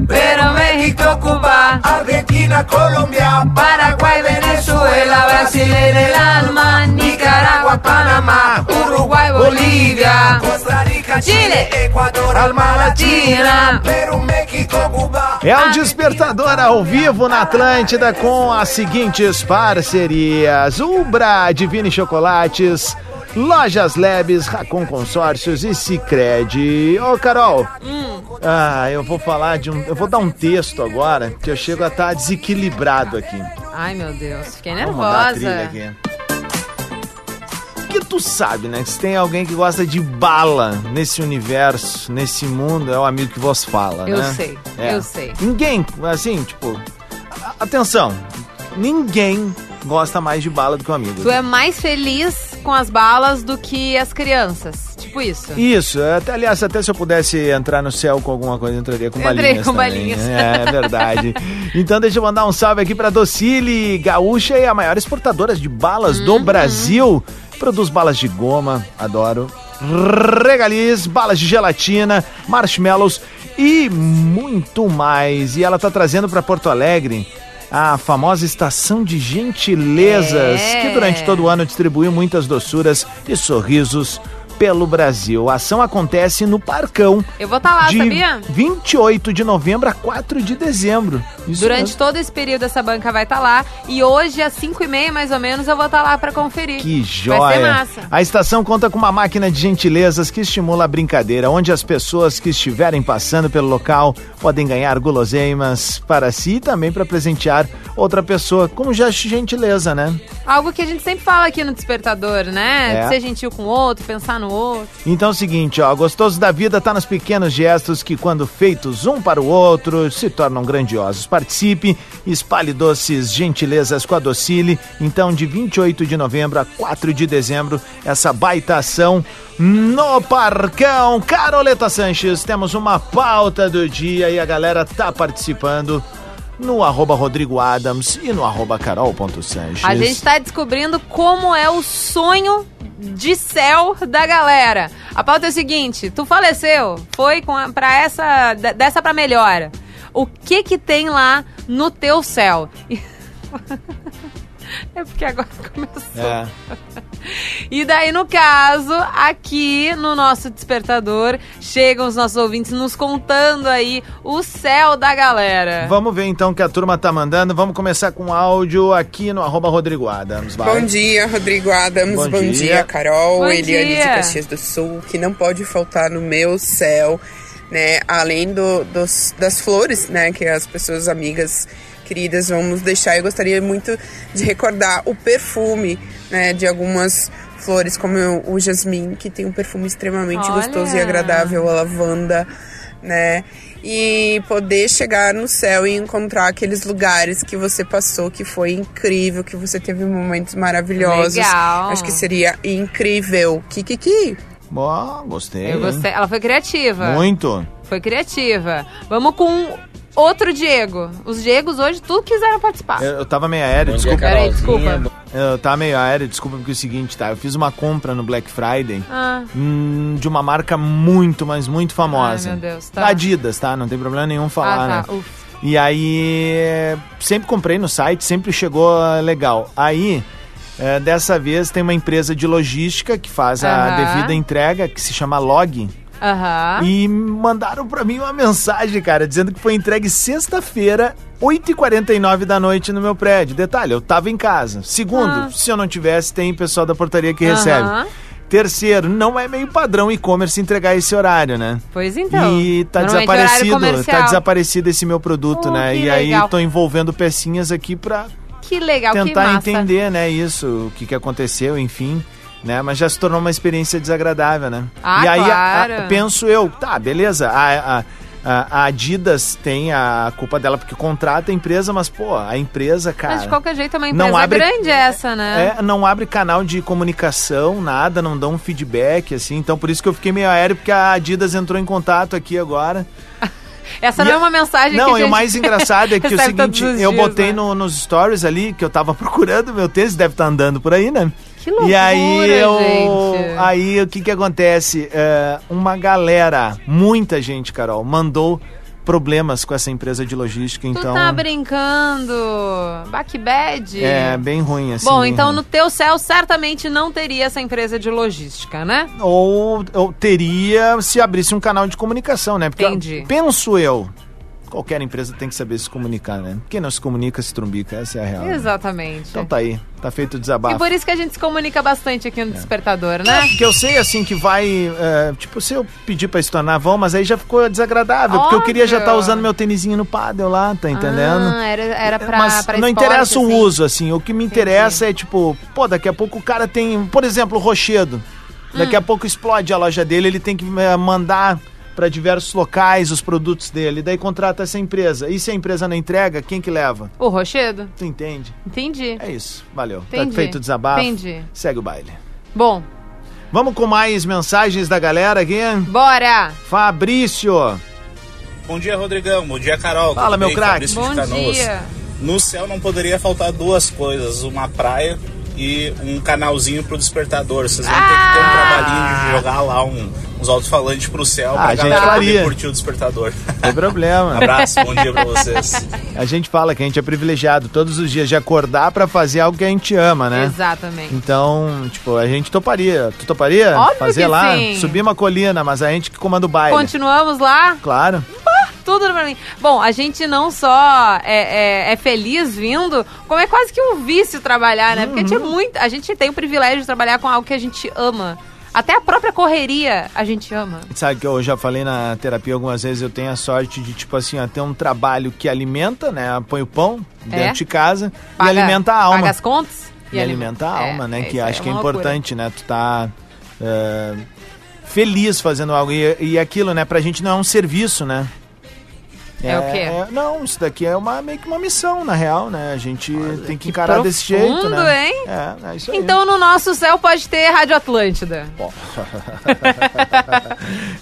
Speaker 3: Pero
Speaker 2: é
Speaker 3: México, Cuba, Argentina, Colombia, Paraguay, Venezuela, Brasil en el alma, Nicaragua, Panamá, Uruguay, Bolivia, Costa Rica, Chile, Equador, Alma Latina, Perú, México, Cuba.
Speaker 1: É o Despertador ao vivo na Atlântida com as seguintes parcerias: Ubra, Divine Chocolates, Lojas Labs, Racon Consórcios e Cicred. Ô, Carol, ah, eu vou falar de um. Eu vou dar um texto agora que eu chego a estar desequilibrado aqui.
Speaker 2: Ai, meu Deus, fiquei
Speaker 1: Vamos rodar a trilha
Speaker 2: nervosa.
Speaker 1: aqui. Porque tu sabe, né? que Se tem alguém que gosta de bala nesse universo, nesse mundo, é o amigo que vos fala,
Speaker 2: Eu
Speaker 1: né?
Speaker 2: sei,
Speaker 1: É.
Speaker 2: eu sei.
Speaker 1: Ninguém, assim, tipo... a- Atenção, ninguém gosta mais de bala do que o amigo.
Speaker 2: Tu é mais feliz com as balas do que as crianças. Tipo isso.
Speaker 1: Isso, é, até, aliás, até se eu pudesse entrar no céu com alguma coisa, eu entraria com
Speaker 2: Entrei
Speaker 1: balinhas.
Speaker 2: com
Speaker 1: também.
Speaker 2: balinhas.
Speaker 1: É, é verdade. então deixa eu mandar um salve aqui pra Docile Gaúcha é a maior exportadora de balas
Speaker 2: Uhum.
Speaker 1: do Brasil. Produz balas de goma, adoro. Regaliz, balas de gelatina, marshmallows e muito mais. E ela tá trazendo pra Porto Alegre a famosa estação de gentilezas,
Speaker 2: É.
Speaker 1: que durante todo o ano distribuiu muitas doçuras e sorrisos pelo Brasil. A ação acontece no Parcão.
Speaker 2: Eu vou estar lá,
Speaker 1: de
Speaker 2: Ah, sabia?
Speaker 1: 28 de novembro a 4 de dezembro. Isso
Speaker 2: Durante
Speaker 1: mesmo.
Speaker 2: todo esse período, essa banca vai estar lá. E hoje, às 5h30, mais ou menos, eu vou estar lá pra conferir.
Speaker 1: Que joia!
Speaker 2: Vai ser massa.
Speaker 1: A estação conta com uma máquina de gentilezas que estimula a brincadeira, onde as pessoas que estiverem passando pelo local podem ganhar guloseimas para si e também para presentear outra pessoa, como gesto de gentileza, né?
Speaker 2: Algo que a gente sempre fala aqui no Despertador, né?
Speaker 1: É.
Speaker 2: Ser gentil com o outro, pensar no outro.
Speaker 1: Então é o seguinte, ó, gostoso da vida tá nos pequenos gestos que, quando feitos um para o outro, se tornam grandiosos. Participe, espalhe doces, gentilezas com a Docile. Então, de 28 de novembro a 4 de dezembro, essa baita ação no Parcão. Caroleta Sanches, temos uma pauta do dia e a galera tá participando no arroba Rodrigo Adams e no arroba carol.sanches.
Speaker 2: A gente tá descobrindo como é o sonho de céu da galera. A pauta é o seguinte: tu faleceu, foi com a- pra essa de- dessa pra melhor. O que que tem lá no teu céu? É porque agora começou.
Speaker 1: É.
Speaker 2: E daí, no caso, aqui no nosso despertador, chegam os nossos ouvintes nos contando aí o céu da galera.
Speaker 1: Vamos ver então o que a turma tá mandando. Vamos começar com áudio aqui no arroba Rodrigo Adams. Vai.
Speaker 22: Bom dia, Rodrigo Adams.
Speaker 1: Bom
Speaker 22: Bom,
Speaker 1: dia.
Speaker 22: dia. Carol.
Speaker 1: Bom
Speaker 22: Eliane
Speaker 1: dia.
Speaker 22: de Caxias do Sul, que não pode faltar no meu céu, né? Além do, dos, das flores, né? Que as pessoas amigas queridas vão nos deixar. Eu gostaria muito de recordar o perfume, né? De algumas flores, como o jasmim, que tem um perfume extremamente
Speaker 4: Olha.
Speaker 22: gostoso e agradável, a lavanda, né? E poder chegar no céu e encontrar aqueles lugares que você passou, que foi incrível, que você teve momentos maravilhosos.
Speaker 2: Legal.
Speaker 22: Acho que seria incrível. Kikiki.
Speaker 1: Ó, gostei.
Speaker 2: Eu
Speaker 1: hein?
Speaker 2: gostei. Ela foi criativa.
Speaker 1: Muito.
Speaker 2: Foi criativa. Vamos com outro Diego. Os Diegos hoje tudo quiseram participar.
Speaker 1: Eu, eu tava meio aéreo,
Speaker 2: Bom dia,
Speaker 1: desculpa.
Speaker 2: Peraí, Carolzinha. desculpa.
Speaker 1: Eu tava meio aéreo, desculpa, porque é o seguinte, tá? Eu fiz uma compra no Black Friday
Speaker 2: Ah.
Speaker 1: hum, de uma marca muito, mas muito famosa.
Speaker 2: Ai, meu Deus, tá.
Speaker 1: Adidas, tá? Não tem problema nenhum falar,
Speaker 2: ah,
Speaker 1: né?
Speaker 2: tá. Ufa.
Speaker 1: E aí, sempre comprei no site, sempre chegou ah, legal. Aí, eh, dessa vez, tem uma empresa de logística que faz a
Speaker 2: Aham.
Speaker 1: devida entrega, que se chama Log.
Speaker 2: Aham.
Speaker 1: E mandaram pra mim uma mensagem, cara, dizendo que foi entregue sexta-feira, 8h49 da noite no meu prédio. Detalhe, eu tava em casa. Segundo,
Speaker 23: Ah.
Speaker 1: se eu não tivesse, tem pessoal da portaria que
Speaker 23: Aham.
Speaker 1: recebe. Terceiro, não é meio padrão e-commerce entregar esse horário, né?
Speaker 2: Pois então.
Speaker 1: E tá
Speaker 2: Normalmente horário
Speaker 1: desaparecido,
Speaker 2: comercial.
Speaker 1: tá desaparecido esse meu produto,
Speaker 2: Oh,
Speaker 1: né?
Speaker 2: que
Speaker 1: E aí
Speaker 2: legal.
Speaker 1: tô envolvendo pecinhas aqui pra
Speaker 2: Que legal, É que
Speaker 1: tentar
Speaker 2: massa.
Speaker 1: entender, né, isso, o que, que aconteceu, enfim, né? Mas já se tornou uma experiência desagradável, né?
Speaker 2: Ah,
Speaker 1: e aí a- a-
Speaker 2: claro.
Speaker 1: penso eu, tá, beleza, a, a- a- a Adidas tem a culpa dela porque contrata a empresa, mas, pô, a empresa, cara.
Speaker 2: Mas de qualquer jeito é uma
Speaker 1: não
Speaker 2: empresa
Speaker 1: abre-
Speaker 2: grande essa, né?
Speaker 1: É, não abre canal de comunicação, nada, não dá um feedback, assim. Então, por isso que eu fiquei meio aéreo, porque a Adidas entrou em contato aqui agora.
Speaker 2: Essa
Speaker 1: E
Speaker 2: não é
Speaker 1: a-
Speaker 2: uma mensagem
Speaker 1: Não,
Speaker 2: que a
Speaker 1: e
Speaker 2: gente
Speaker 1: o mais engraçado é que o seguinte,
Speaker 2: recebe todos os
Speaker 1: eu
Speaker 2: dias,
Speaker 1: botei
Speaker 2: né?
Speaker 1: no- nos stories ali, que eu tava procurando meu texto, deve estar andando por aí, né?
Speaker 2: Que loucura,
Speaker 1: E aí eu. Ah,
Speaker 2: gente.
Speaker 1: Aí o que que acontece? É, uma galera, muita gente, Carol, mandou problemas com essa empresa de logística,
Speaker 2: Tu
Speaker 1: então.
Speaker 2: tá brincando. Backbad.
Speaker 1: É, bem ruim, assim.
Speaker 2: Bom,
Speaker 1: bem
Speaker 2: então
Speaker 1: ruim.
Speaker 2: no teu céu certamente não teria essa empresa de logística, né?
Speaker 1: Ou, ou teria se abrisse um canal de comunicação, né? Porque
Speaker 2: Entendi.
Speaker 1: eu- penso eu, qualquer empresa tem que saber se comunicar, né? Quem não se comunica se trumbica, essa é a real. né?
Speaker 2: Exatamente.
Speaker 1: Então tá aí, tá feito o
Speaker 2: E
Speaker 1: desabafo.
Speaker 2: por isso que a gente se comunica bastante
Speaker 1: É.
Speaker 2: aqui no Despertador, né?
Speaker 1: Porque eu sei, assim, que vai. é, tipo, se eu pedir pra se tornar vão, mas aí já ficou desagradável. Porque eu queria já estar
Speaker 2: Óbvio.
Speaker 1: usando meu tênisinho no paddle lá, tá entendendo?
Speaker 2: Ah, era, era pra,
Speaker 1: Mas
Speaker 2: pra
Speaker 1: não
Speaker 2: esporte,
Speaker 1: interessa
Speaker 2: assim.
Speaker 1: o uso, assim. O que me interessa é, tipo, pô, daqui a pouco o cara tem, por exemplo, o Rochedo. Daqui
Speaker 2: Hum.
Speaker 1: a pouco explode a loja dele, ele tem que eh, mandar para diversos locais os produtos dele. Daí contrata essa empresa. E se a empresa não entrega, quem que leva?
Speaker 2: O Rochedo?
Speaker 1: Tu entende?
Speaker 2: Entendi.
Speaker 1: É isso. Valeu.
Speaker 2: Entendi.
Speaker 1: Tá feito o desabafo.
Speaker 2: Entendi.
Speaker 1: Segue o baile.
Speaker 2: Bom,
Speaker 1: Vamos com mais mensagens da galera aqui?
Speaker 2: bora!
Speaker 1: Fabrício.
Speaker 24: Bom dia, Rodrigão. Bom dia, Carol.
Speaker 1: Fala,
Speaker 24: Tudo
Speaker 1: meu
Speaker 24: bem?
Speaker 1: craque.
Speaker 24: Fabrício de
Speaker 2: Bom
Speaker 1: tá
Speaker 24: Canoas.
Speaker 2: dia.
Speaker 24: No céu não poderia faltar duas coisas: uma praia e um canalzinho pro despertador. Vocês vão ter que
Speaker 1: Ah!
Speaker 24: ter um trabalhinho de jogar lá um- uns alto-falantes pro céu
Speaker 1: Ah,
Speaker 24: pra
Speaker 1: a gente
Speaker 24: galera
Speaker 1: faria.
Speaker 24: poder curtir o despertador.
Speaker 1: Não tem problema.
Speaker 24: Abraço, bom dia pra vocês.
Speaker 1: A gente fala que a gente é privilegiado todos os dias de acordar pra fazer algo que a gente ama, né?
Speaker 2: Exatamente.
Speaker 1: Então, tipo, a gente toparia. Tu toparia
Speaker 2: Óbvio
Speaker 1: fazer
Speaker 2: que
Speaker 1: lá?
Speaker 2: sim.
Speaker 1: Subir uma colina, mas a gente que comanda o baile.
Speaker 2: Continuamos lá?
Speaker 1: Claro.
Speaker 2: Tudo pra mim. Bom, a gente não só é, é- é feliz vindo, como é quase que um vício trabalhar, né? Porque a gente, é
Speaker 1: Uhum.
Speaker 2: muito, a gente tem o privilégio de trabalhar com algo que a gente ama. Até a própria correria a gente ama.
Speaker 1: Sabe que eu já falei na terapia algumas vezes, eu tenho a sorte de, tipo assim, ó, ter um trabalho que alimenta, né? Põe o pão
Speaker 2: É.
Speaker 1: dentro de casa
Speaker 2: Paga-
Speaker 1: e alimenta a alma.
Speaker 2: Paga as contas
Speaker 1: e alimenta a
Speaker 2: É,
Speaker 1: alma, né?
Speaker 2: é
Speaker 1: que
Speaker 2: isso aí,
Speaker 1: acho que é
Speaker 2: uma loucura.
Speaker 1: importante, né? Tu tá é, feliz fazendo algo. E, e aquilo, né? Pra gente não é um serviço, né?
Speaker 2: É o quê?
Speaker 1: não, isso daqui é uma, meio que uma missão, na real, né? A gente tem que encarar desse jeito,
Speaker 2: Profundo,
Speaker 1: né?
Speaker 2: hein?
Speaker 1: É, é isso aí.
Speaker 2: Então no nosso céu pode ter Rádio Atlântida.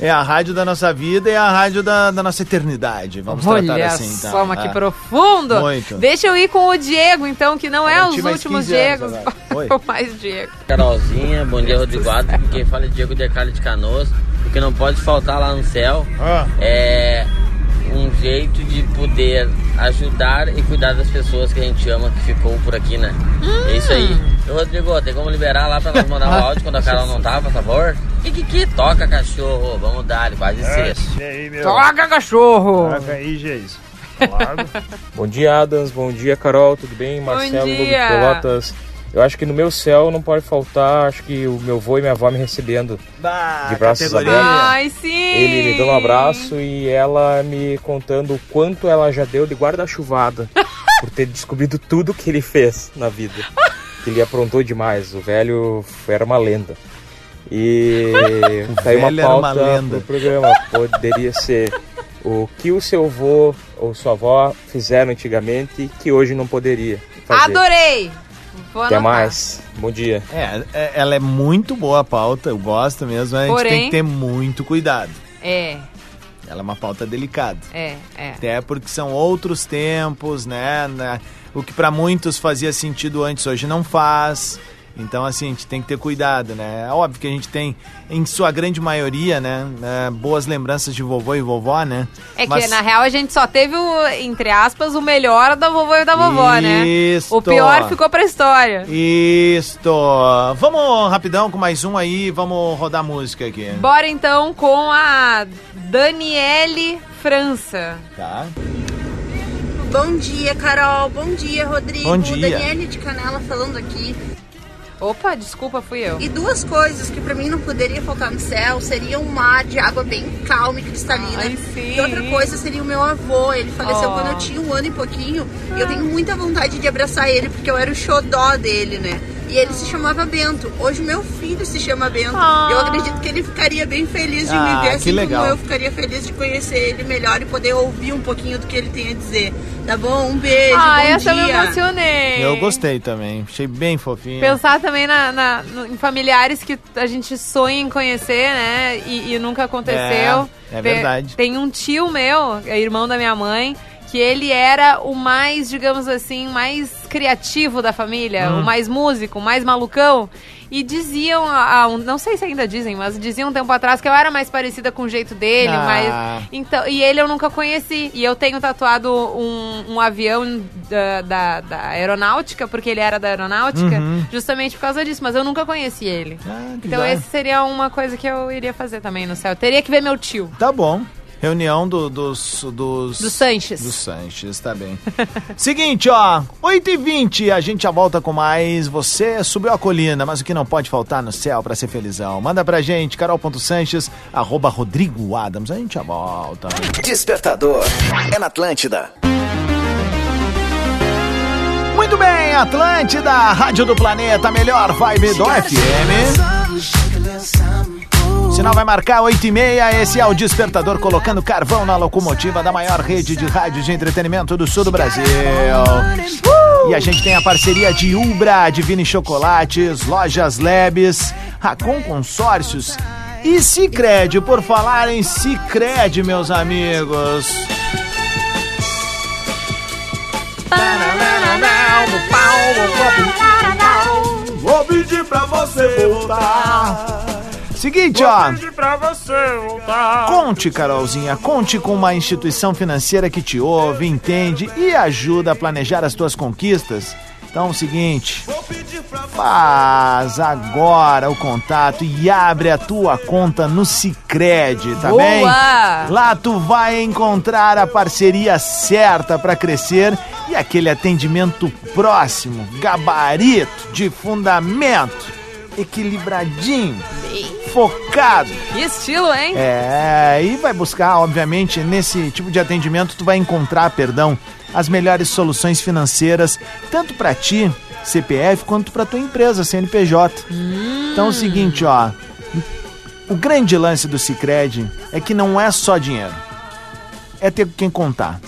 Speaker 1: É a rádio da nossa vida e a rádio da, da nossa eternidade. Vamos tratar
Speaker 2: Olha
Speaker 1: assim, então.
Speaker 2: só, mas que
Speaker 1: É.
Speaker 2: profundo.
Speaker 1: Muito.
Speaker 2: Deixa eu ir com o Diego, então, que não é
Speaker 25: Garanti
Speaker 2: os
Speaker 25: mais
Speaker 2: últimos
Speaker 25: 15 anos
Speaker 2: Diegos.
Speaker 25: agora. Oi.
Speaker 2: Com mais Diego.
Speaker 25: Carolzinha, bom dia Rodrigo Adams, aqui quem fala é Diego de Carlos de Canoas. O que não pode faltar lá no céu é um jeito de poder ajudar e cuidar das pessoas que a gente ama que ficou por aqui, né? É isso aí.
Speaker 1: Ah!
Speaker 25: Ô, Rodrigo, tem como liberar lá pra nós mandar um áudio quando a Carol não tá, por favor? Que que que? Toca, cachorro. Vamos dar, quase
Speaker 1: É.
Speaker 25: sexto.
Speaker 2: Toca, cachorro!
Speaker 1: Toca aí, Geis.
Speaker 4: Bom dia, Adams. Bom dia, Carol. Tudo bem? Marcelo, Lobo de
Speaker 2: dia.
Speaker 4: Pelotas. Eu acho que no meu céu não pode faltar, acho que o meu avô e minha avó me recebendo de braços
Speaker 1: categoria.
Speaker 4: abertos.
Speaker 2: Ai, sim!
Speaker 4: Ele me dando um abraço e ela me contando o quanto ela já deu de guarda-chuvada por ter descobrido tudo que ele fez na vida. Que ele aprontou demais, o velho era uma lenda. E tá aí uma
Speaker 1: velho era uma
Speaker 4: pauta
Speaker 1: lenda.
Speaker 4: pro programa, poderia ser o que o seu avô ou sua avó fizeram antigamente que hoje não poderia fazer.
Speaker 2: Adorei! Vou
Speaker 4: Até
Speaker 2: anotar.
Speaker 4: mais, bom dia.
Speaker 1: É, é- ela é muito boa a pauta, eu gosto mesmo, mas a gente
Speaker 2: Porém-
Speaker 1: tem que ter muito cuidado.
Speaker 2: É,
Speaker 1: Ela é uma pauta delicada.
Speaker 2: é, é.
Speaker 1: Até porque são outros tempos, né? Na- O que pra muitos fazia sentido antes, hoje não faz. Então, assim, a gente tem que ter cuidado, né? É óbvio que a gente tem, em sua grande maioria, né? eh, boas lembranças de vovô e vovó, né?
Speaker 2: É que, na real, a gente só teve, o, entre aspas, o melhor da vovó e da vovó, né?
Speaker 1: Isto.
Speaker 2: O pior ficou pra história.
Speaker 1: Isto! Vamos rapidão com mais um aí, vamos rodar música aqui.
Speaker 2: Bora então com a Daniele França.
Speaker 1: Tá.
Speaker 6: Bom dia, Carol. Bom dia, Rodrigo.
Speaker 1: Bom dia.
Speaker 6: Daniele de Canela falando aqui.
Speaker 2: Opa, desculpa, fui eu.
Speaker 6: E duas coisas que pra mim não poderia faltar no céu seria um mar de água bem calma e cristalina. E outra coisa seria o meu avô. Ele faleceu
Speaker 2: Oh.
Speaker 6: quando eu tinha um ano e pouquinho. E eu tenho muita vontade de abraçar ele, porque eu era o xodó dele, né? E ele se chamava Bento. Hoje meu filho se chama Bento. Eu acredito que ele ficaria bem feliz de
Speaker 1: Ah,
Speaker 6: me ver
Speaker 1: que
Speaker 6: assim
Speaker 1: legal.
Speaker 6: como eu ficaria feliz de conhecer ele melhor e poder ouvir um pouquinho do que ele tem a dizer. Tá bom? Um beijo.
Speaker 2: ah,
Speaker 6: bom
Speaker 2: essa eu me
Speaker 6: dia.
Speaker 2: emocionei.
Speaker 1: Eu gostei também, achei bem fofinho.
Speaker 2: Pensar também na, na- no- em familiares que a gente sonha em conhecer, né? E, e nunca aconteceu.
Speaker 1: É, é
Speaker 2: Te-
Speaker 1: verdade.
Speaker 2: Tem um tio meu, é irmão da minha mãe, que ele era o mais, digamos assim, mais criativo da família,
Speaker 7: Hum.
Speaker 2: o mais músico, o mais malucão. E diziam, a- a um- não sei se ainda dizem, mas diziam um tempo atrás que eu era mais parecida com o jeito dele,
Speaker 7: Ah.
Speaker 2: mas. Então, e ele eu nunca conheci. E eu tenho tatuado um, um avião da, da- da aeronáutica, porque ele era da aeronáutica,
Speaker 7: Uhum.
Speaker 2: justamente por causa disso, mas eu nunca conheci ele.
Speaker 1: Ah, que
Speaker 2: então,
Speaker 1: legal.
Speaker 2: esse seria uma coisa que eu iria fazer também no céu. Eu teria que ver meu tio.
Speaker 1: Tá bom. Reunião do- dos, dos.
Speaker 2: Do Sanches.
Speaker 1: Do Sanches, tá bem. Seguinte, ó, 8h20, a gente já volta com mais. Você subiu a colina, mas o que não pode faltar no céu pra ser felizão? Manda pra gente, carol.sanches, arroba Rodrigo Adams. A gente já volta.
Speaker 5: Despertador é na Atlântida.
Speaker 1: Muito bem, Atlântida, Rádio do Planeta, melhor vibe do
Speaker 2: Ah,
Speaker 1: FM. Sinal vai marcar 8 e meia, esse é o Despertador colocando carvão na locomotiva da maior rede de rádios de entretenimento do sul do Brasil. E a gente tem a parceria de Ubra, Divine Chocolates, Lojas Labs, Racon Consórcios e Cicred. Por falar em Cicred, meus amigos.
Speaker 3: Vou pedir pra você voltar.
Speaker 1: Seguinte,
Speaker 3: Vou
Speaker 1: ó.
Speaker 3: pedir pra você voltar.
Speaker 1: Conte, Carolzinha, conte com uma instituição financeira que te ouve, entende e ajuda a planejar as tuas conquistas. Então, é o seguinte, faz agora o contato e abre a tua conta no Cicred, tá
Speaker 2: Boa!
Speaker 1: bem? Lá tu vai encontrar a parceria certa para crescer e aquele atendimento próximo, gabarito, de fundamento, equilibradinho, focado.
Speaker 2: Que estilo, hein?
Speaker 1: É, e vai buscar, obviamente, nesse tipo de atendimento, tu vai encontrar, perdão, as melhores soluções financeiras, tanto pra ti, CPF, quanto pra tua empresa, CNPJ. Então é o seguinte, ó, o grande lance do Cicred é que não é só dinheiro, é ter com quem contar.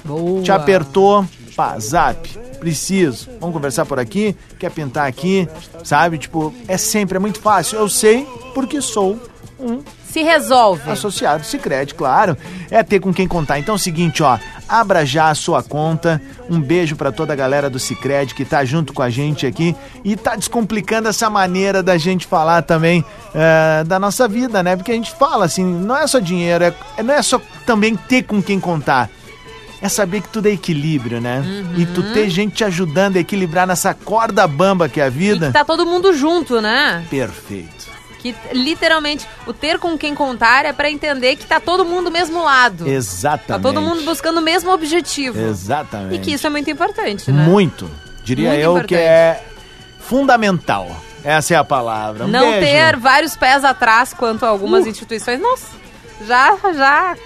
Speaker 1: Te apertou, pá, zap, preciso, vamos conversar por aqui, quer pintar aqui, sabe? Tipo, é sempre, é muito fácil, eu sei porque sou um
Speaker 2: se resolve.
Speaker 1: Associado Sicredi, claro. É ter com quem contar. Então é o seguinte, ó, abra já a sua conta. Um beijo pra toda a galera do Sicredi que tá junto com a gente aqui e tá descomplicando essa maneira da gente falar também eh, da nossa vida, né? Porque a gente fala assim, não é só dinheiro, é, é- não é só também ter com quem contar. é saber que tudo é equilíbrio, né? E
Speaker 2: Uhum.
Speaker 1: tu ter gente te ajudando a equilibrar nessa corda bamba que é a vida.
Speaker 2: Tá todo mundo junto, né?
Speaker 1: Perfeito.
Speaker 2: Que literalmente o ter com quem contar é pra entender que tá todo mundo do mesmo lado. Tá
Speaker 1: Exatamente.
Speaker 2: todo mundo buscando o mesmo objetivo.
Speaker 1: Exatamente.
Speaker 2: E que isso é muito importante, né?
Speaker 1: Muito. Diria
Speaker 2: Muito
Speaker 1: eu
Speaker 2: importante.
Speaker 1: que é fundamental. Essa é a palavra. Um
Speaker 2: Não
Speaker 1: beijo.
Speaker 2: ter vários pés atrás quanto a algumas
Speaker 1: Uh.
Speaker 2: instituições. Nossa, já, já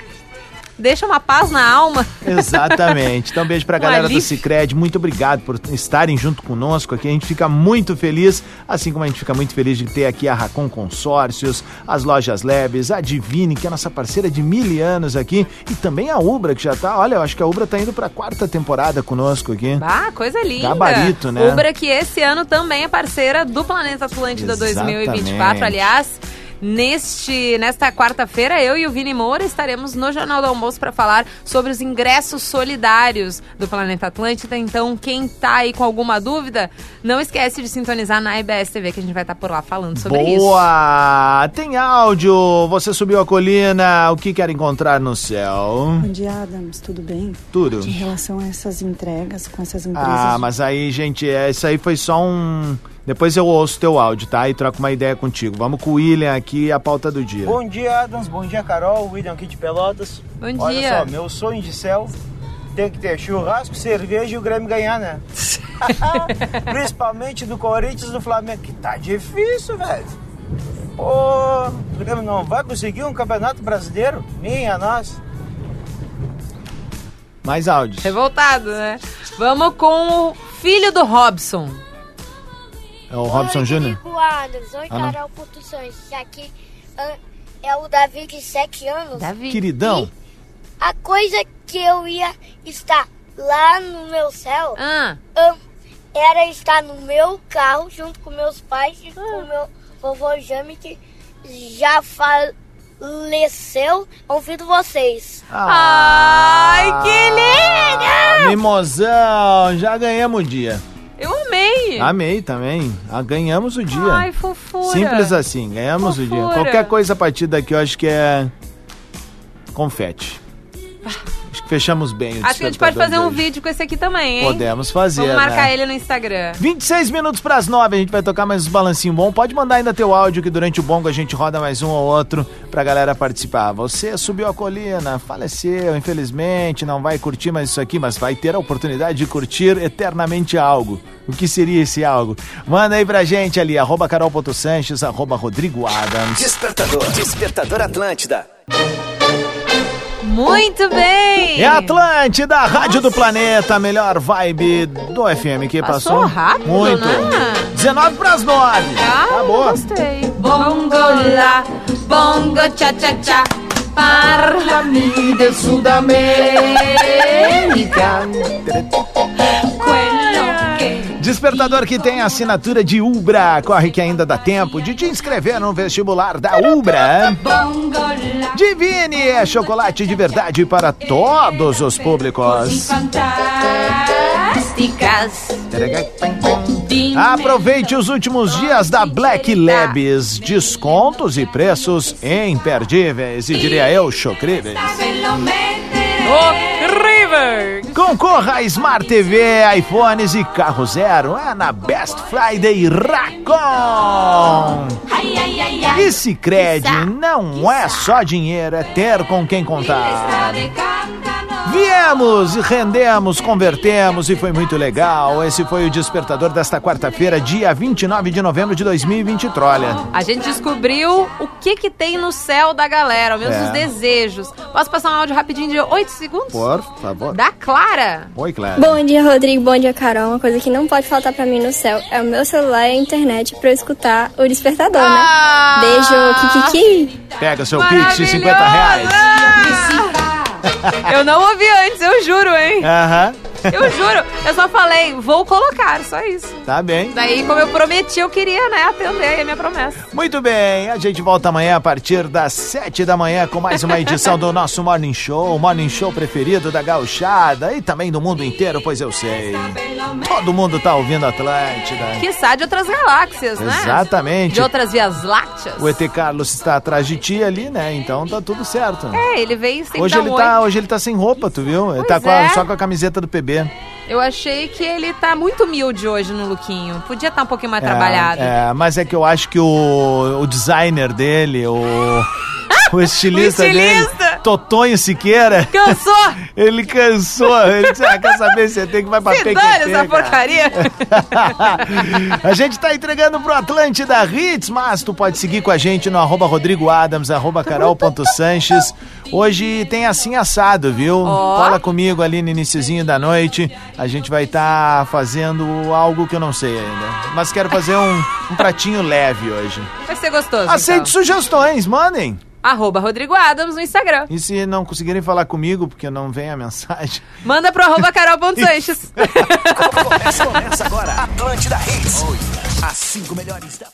Speaker 2: deixa uma paz na alma.
Speaker 1: Exatamente. Então, beijo pra
Speaker 2: Um
Speaker 1: galera do
Speaker 2: alívio.
Speaker 1: Cicred. Muito obrigado por estarem junto conosco aqui. A gente fica muito feliz, assim como a gente fica muito feliz de ter aqui a Racon Consórcios, as lojas Lebes, a Divine, que é nossa parceira de mil anos aqui, e também a Ubra, que já tá. Olha, eu acho que a Ubra tá indo pra quarta temporada conosco aqui.
Speaker 2: Ah, coisa linda.
Speaker 1: Gabarito, né?
Speaker 2: Ubra que esse ano também é parceira do Planeta Atlântida
Speaker 1: Exatamente.
Speaker 2: 2024, aliás. Neste, nesta quarta-feira, eu e o Vini Moura estaremos no Jornal do Almoço para falar sobre os ingressos solidários do Planeta Atlântida. Então, quem tá aí com alguma dúvida, não esquece de sintonizar na IBS TV, que a gente vai estar por lá falando sobre isso.
Speaker 1: Boa! Tem áudio! Você subiu a colina, o que quer encontrar no céu?
Speaker 7: Bom dia, Adams. Tudo bem?
Speaker 1: Tudo.
Speaker 7: Em relação a essas entregas com essas empresas.
Speaker 1: Ah, mas aí, gente, é, isso aí foi só um. Depois eu ouço teu áudio, tá? E troco uma ideia contigo. Vamos com o William aqui, a pauta do dia.
Speaker 8: Bom dia, Adams. Bom dia, Carol. William aqui de Pelotas.
Speaker 2: Bom
Speaker 8: Olha
Speaker 2: dia.
Speaker 8: só, meu sonho de céu tem que ter churrasco, cerveja e o Grêmio ganhar, né? Principalmente do Corinthians e do Flamengo, que tá difícil, velho. Pô, o Grêmio não vai conseguir um campeonato brasileiro? Minha, nossa.
Speaker 1: Mais áudios.
Speaker 2: Revoltado, né? Vamos com o filho do Robson.
Speaker 1: É o Robson Júnior?
Speaker 9: Rodrigo Adams. Oi,
Speaker 1: Ah, não.
Speaker 9: Carol Portuções. Aqui ah, é o Davi de 7 anos. Davi.
Speaker 1: Queridão.
Speaker 9: A coisa que eu ia estar lá no meu céu
Speaker 1: Ah.
Speaker 2: Ah.
Speaker 9: ahn, era estar no meu carro junto com meus pais e com meu vovô Jami, que já faleceu ouvindo vocês.
Speaker 2: Ah,
Speaker 1: Ah,
Speaker 2: Ai, que lindo!
Speaker 1: Mimosão, já ganhamos o dia.
Speaker 2: Eu amei.
Speaker 1: Amei também. Ah, ganhamos o dia.
Speaker 2: Ai, fofura.
Speaker 1: Simples assim, ganhamos o dia.
Speaker 2: Fofura.
Speaker 1: Qualquer coisa a partir daqui eu acho que é. confete. Acho que fechamos bem o
Speaker 2: Ah. Acho que a gente pode
Speaker 1: despertador
Speaker 2: fazer um
Speaker 1: de hoje.
Speaker 2: vídeo com esse aqui também, hein?
Speaker 1: Podemos fazer.
Speaker 2: Vamos marcar
Speaker 1: né?
Speaker 2: ele no Instagram.
Speaker 1: 26 minutos pras 9, a gente vai tocar mais uns balancinho bom. Pode mandar ainda teu áudio que durante o bongo a gente roda mais um ou outro pra galera participar. Você subiu a colina, faleceu, infelizmente, não vai curtir mais isso aqui, mas vai ter a oportunidade de curtir eternamente algo. O que seria esse algo? Manda aí pra gente ali, arroba carol.sanches, arroba Rodrigo Adams.
Speaker 5: Despertador. Despertador Atlântida.
Speaker 2: Muito bem!
Speaker 1: É a Atlântida, a Rádio do Planeta, a melhor vibe do FM que passou.
Speaker 2: Passou rápido,
Speaker 1: Muito.
Speaker 2: né?
Speaker 1: 19 pras Tá 9. Acabou.
Speaker 2: Ah, Gostei. Bongo lá, bongo cha cha cha. Parlami de
Speaker 1: Sudamérica. Despertador que tem a assinatura de Ubra. Corre que ainda dá tempo de te inscrever no vestibular da Ubra. Divine é chocolate de verdade para todos os públicos.
Speaker 2: Fantásticas.
Speaker 1: Aproveite os últimos dias da Black Labs. Descontos e preços imperdíveis. E diria eu, chocríveis.
Speaker 2: River.
Speaker 1: Concorra a Smart TV, iPhones e carro zero. É na Best Friday Racon. E Cicred não é só dinheiro, é ter com quem contar. Viemos, rendemos, convertemos e foi muito legal. Esse foi o Despertador desta quarta-feira, dia 29 de novembro de 2020, trolha.
Speaker 2: A gente descobriu o que que tem no céu da galera, ao menos
Speaker 1: É.
Speaker 2: os desejos. Posso passar um áudio rapidinho de 8 segundos?
Speaker 1: Por favor.
Speaker 2: Da Clara.
Speaker 1: Oi, Clara.
Speaker 10: Bom dia, Rodrigo. Bom dia, Carol. Uma coisa que não pode faltar pra mim no céu é o meu celular e a internet pra eu escutar o despertador,
Speaker 2: Ah!
Speaker 10: né? Beijo, Kikiki.
Speaker 1: Pega seu Pix de 50 reais.
Speaker 2: Eu não ouvi antes, eu juro, hein?
Speaker 1: Aham.
Speaker 2: Eu juro, eu só falei, vou colocar, só isso.
Speaker 1: Tá bem.
Speaker 2: Daí, como eu prometi, eu queria, né, atender aí a minha promessa.
Speaker 1: Muito bem, a gente volta amanhã a partir das 7 da manhã com mais uma edição do nosso Morning Show, o Morning Show preferido da gauchada e também do mundo inteiro, pois eu sei. Todo mundo tá ouvindo Atlântida.
Speaker 2: Que sai de outras galáxias, né?
Speaker 1: Exatamente.
Speaker 2: De outras vias lácteas.
Speaker 1: O ET Carlos está atrás de ti ali, né? Então tá tudo certo.
Speaker 2: É, ele veio sem
Speaker 1: Hoje
Speaker 2: dar
Speaker 1: ele,
Speaker 2: um
Speaker 1: tá,
Speaker 2: oi.
Speaker 1: hoje ele tá sem roupa, tu viu? Ele
Speaker 2: Pois
Speaker 1: tá com a-
Speaker 2: é.
Speaker 1: só com a camiseta do É, PB.
Speaker 2: Eu achei que ele tá muito humilde hoje no lookinho. Podia estar um pouquinho mais trabalhado.
Speaker 1: É, mas é que eu acho que o, o designer dele, o, o estilista,
Speaker 2: O estilista.
Speaker 1: dele, Totonho Siqueira.
Speaker 2: Cansou!
Speaker 1: ele cansou. Ele disse, ah, quer saber se tem que vai pra
Speaker 2: Se
Speaker 1: PQT,
Speaker 2: dane essa
Speaker 1: cara."
Speaker 2: porcaria.
Speaker 1: A gente tá entregando pro Atlântida Hits, mas tu pode seguir com a gente no arroba Rodrigo Adams, arroba carol.sanches. Hoje tem assim assado, viu? Cola comigo ali no iniciozinho da noite. A gente vai estar fazendo algo que eu não sei ainda. Mas quero fazer um, um pratinho leve hoje.
Speaker 2: Vai ser gostoso.
Speaker 1: Aceito
Speaker 2: então.
Speaker 1: sugestões, mandem.
Speaker 2: Arroba Rodrigo Adams no Instagram.
Speaker 1: E se não conseguirem falar comigo, porque não vem a mensagem...
Speaker 2: Manda pro arroba carol.sanches.
Speaker 5: Começa agora, Atlântida Hits. As cinco melhores da...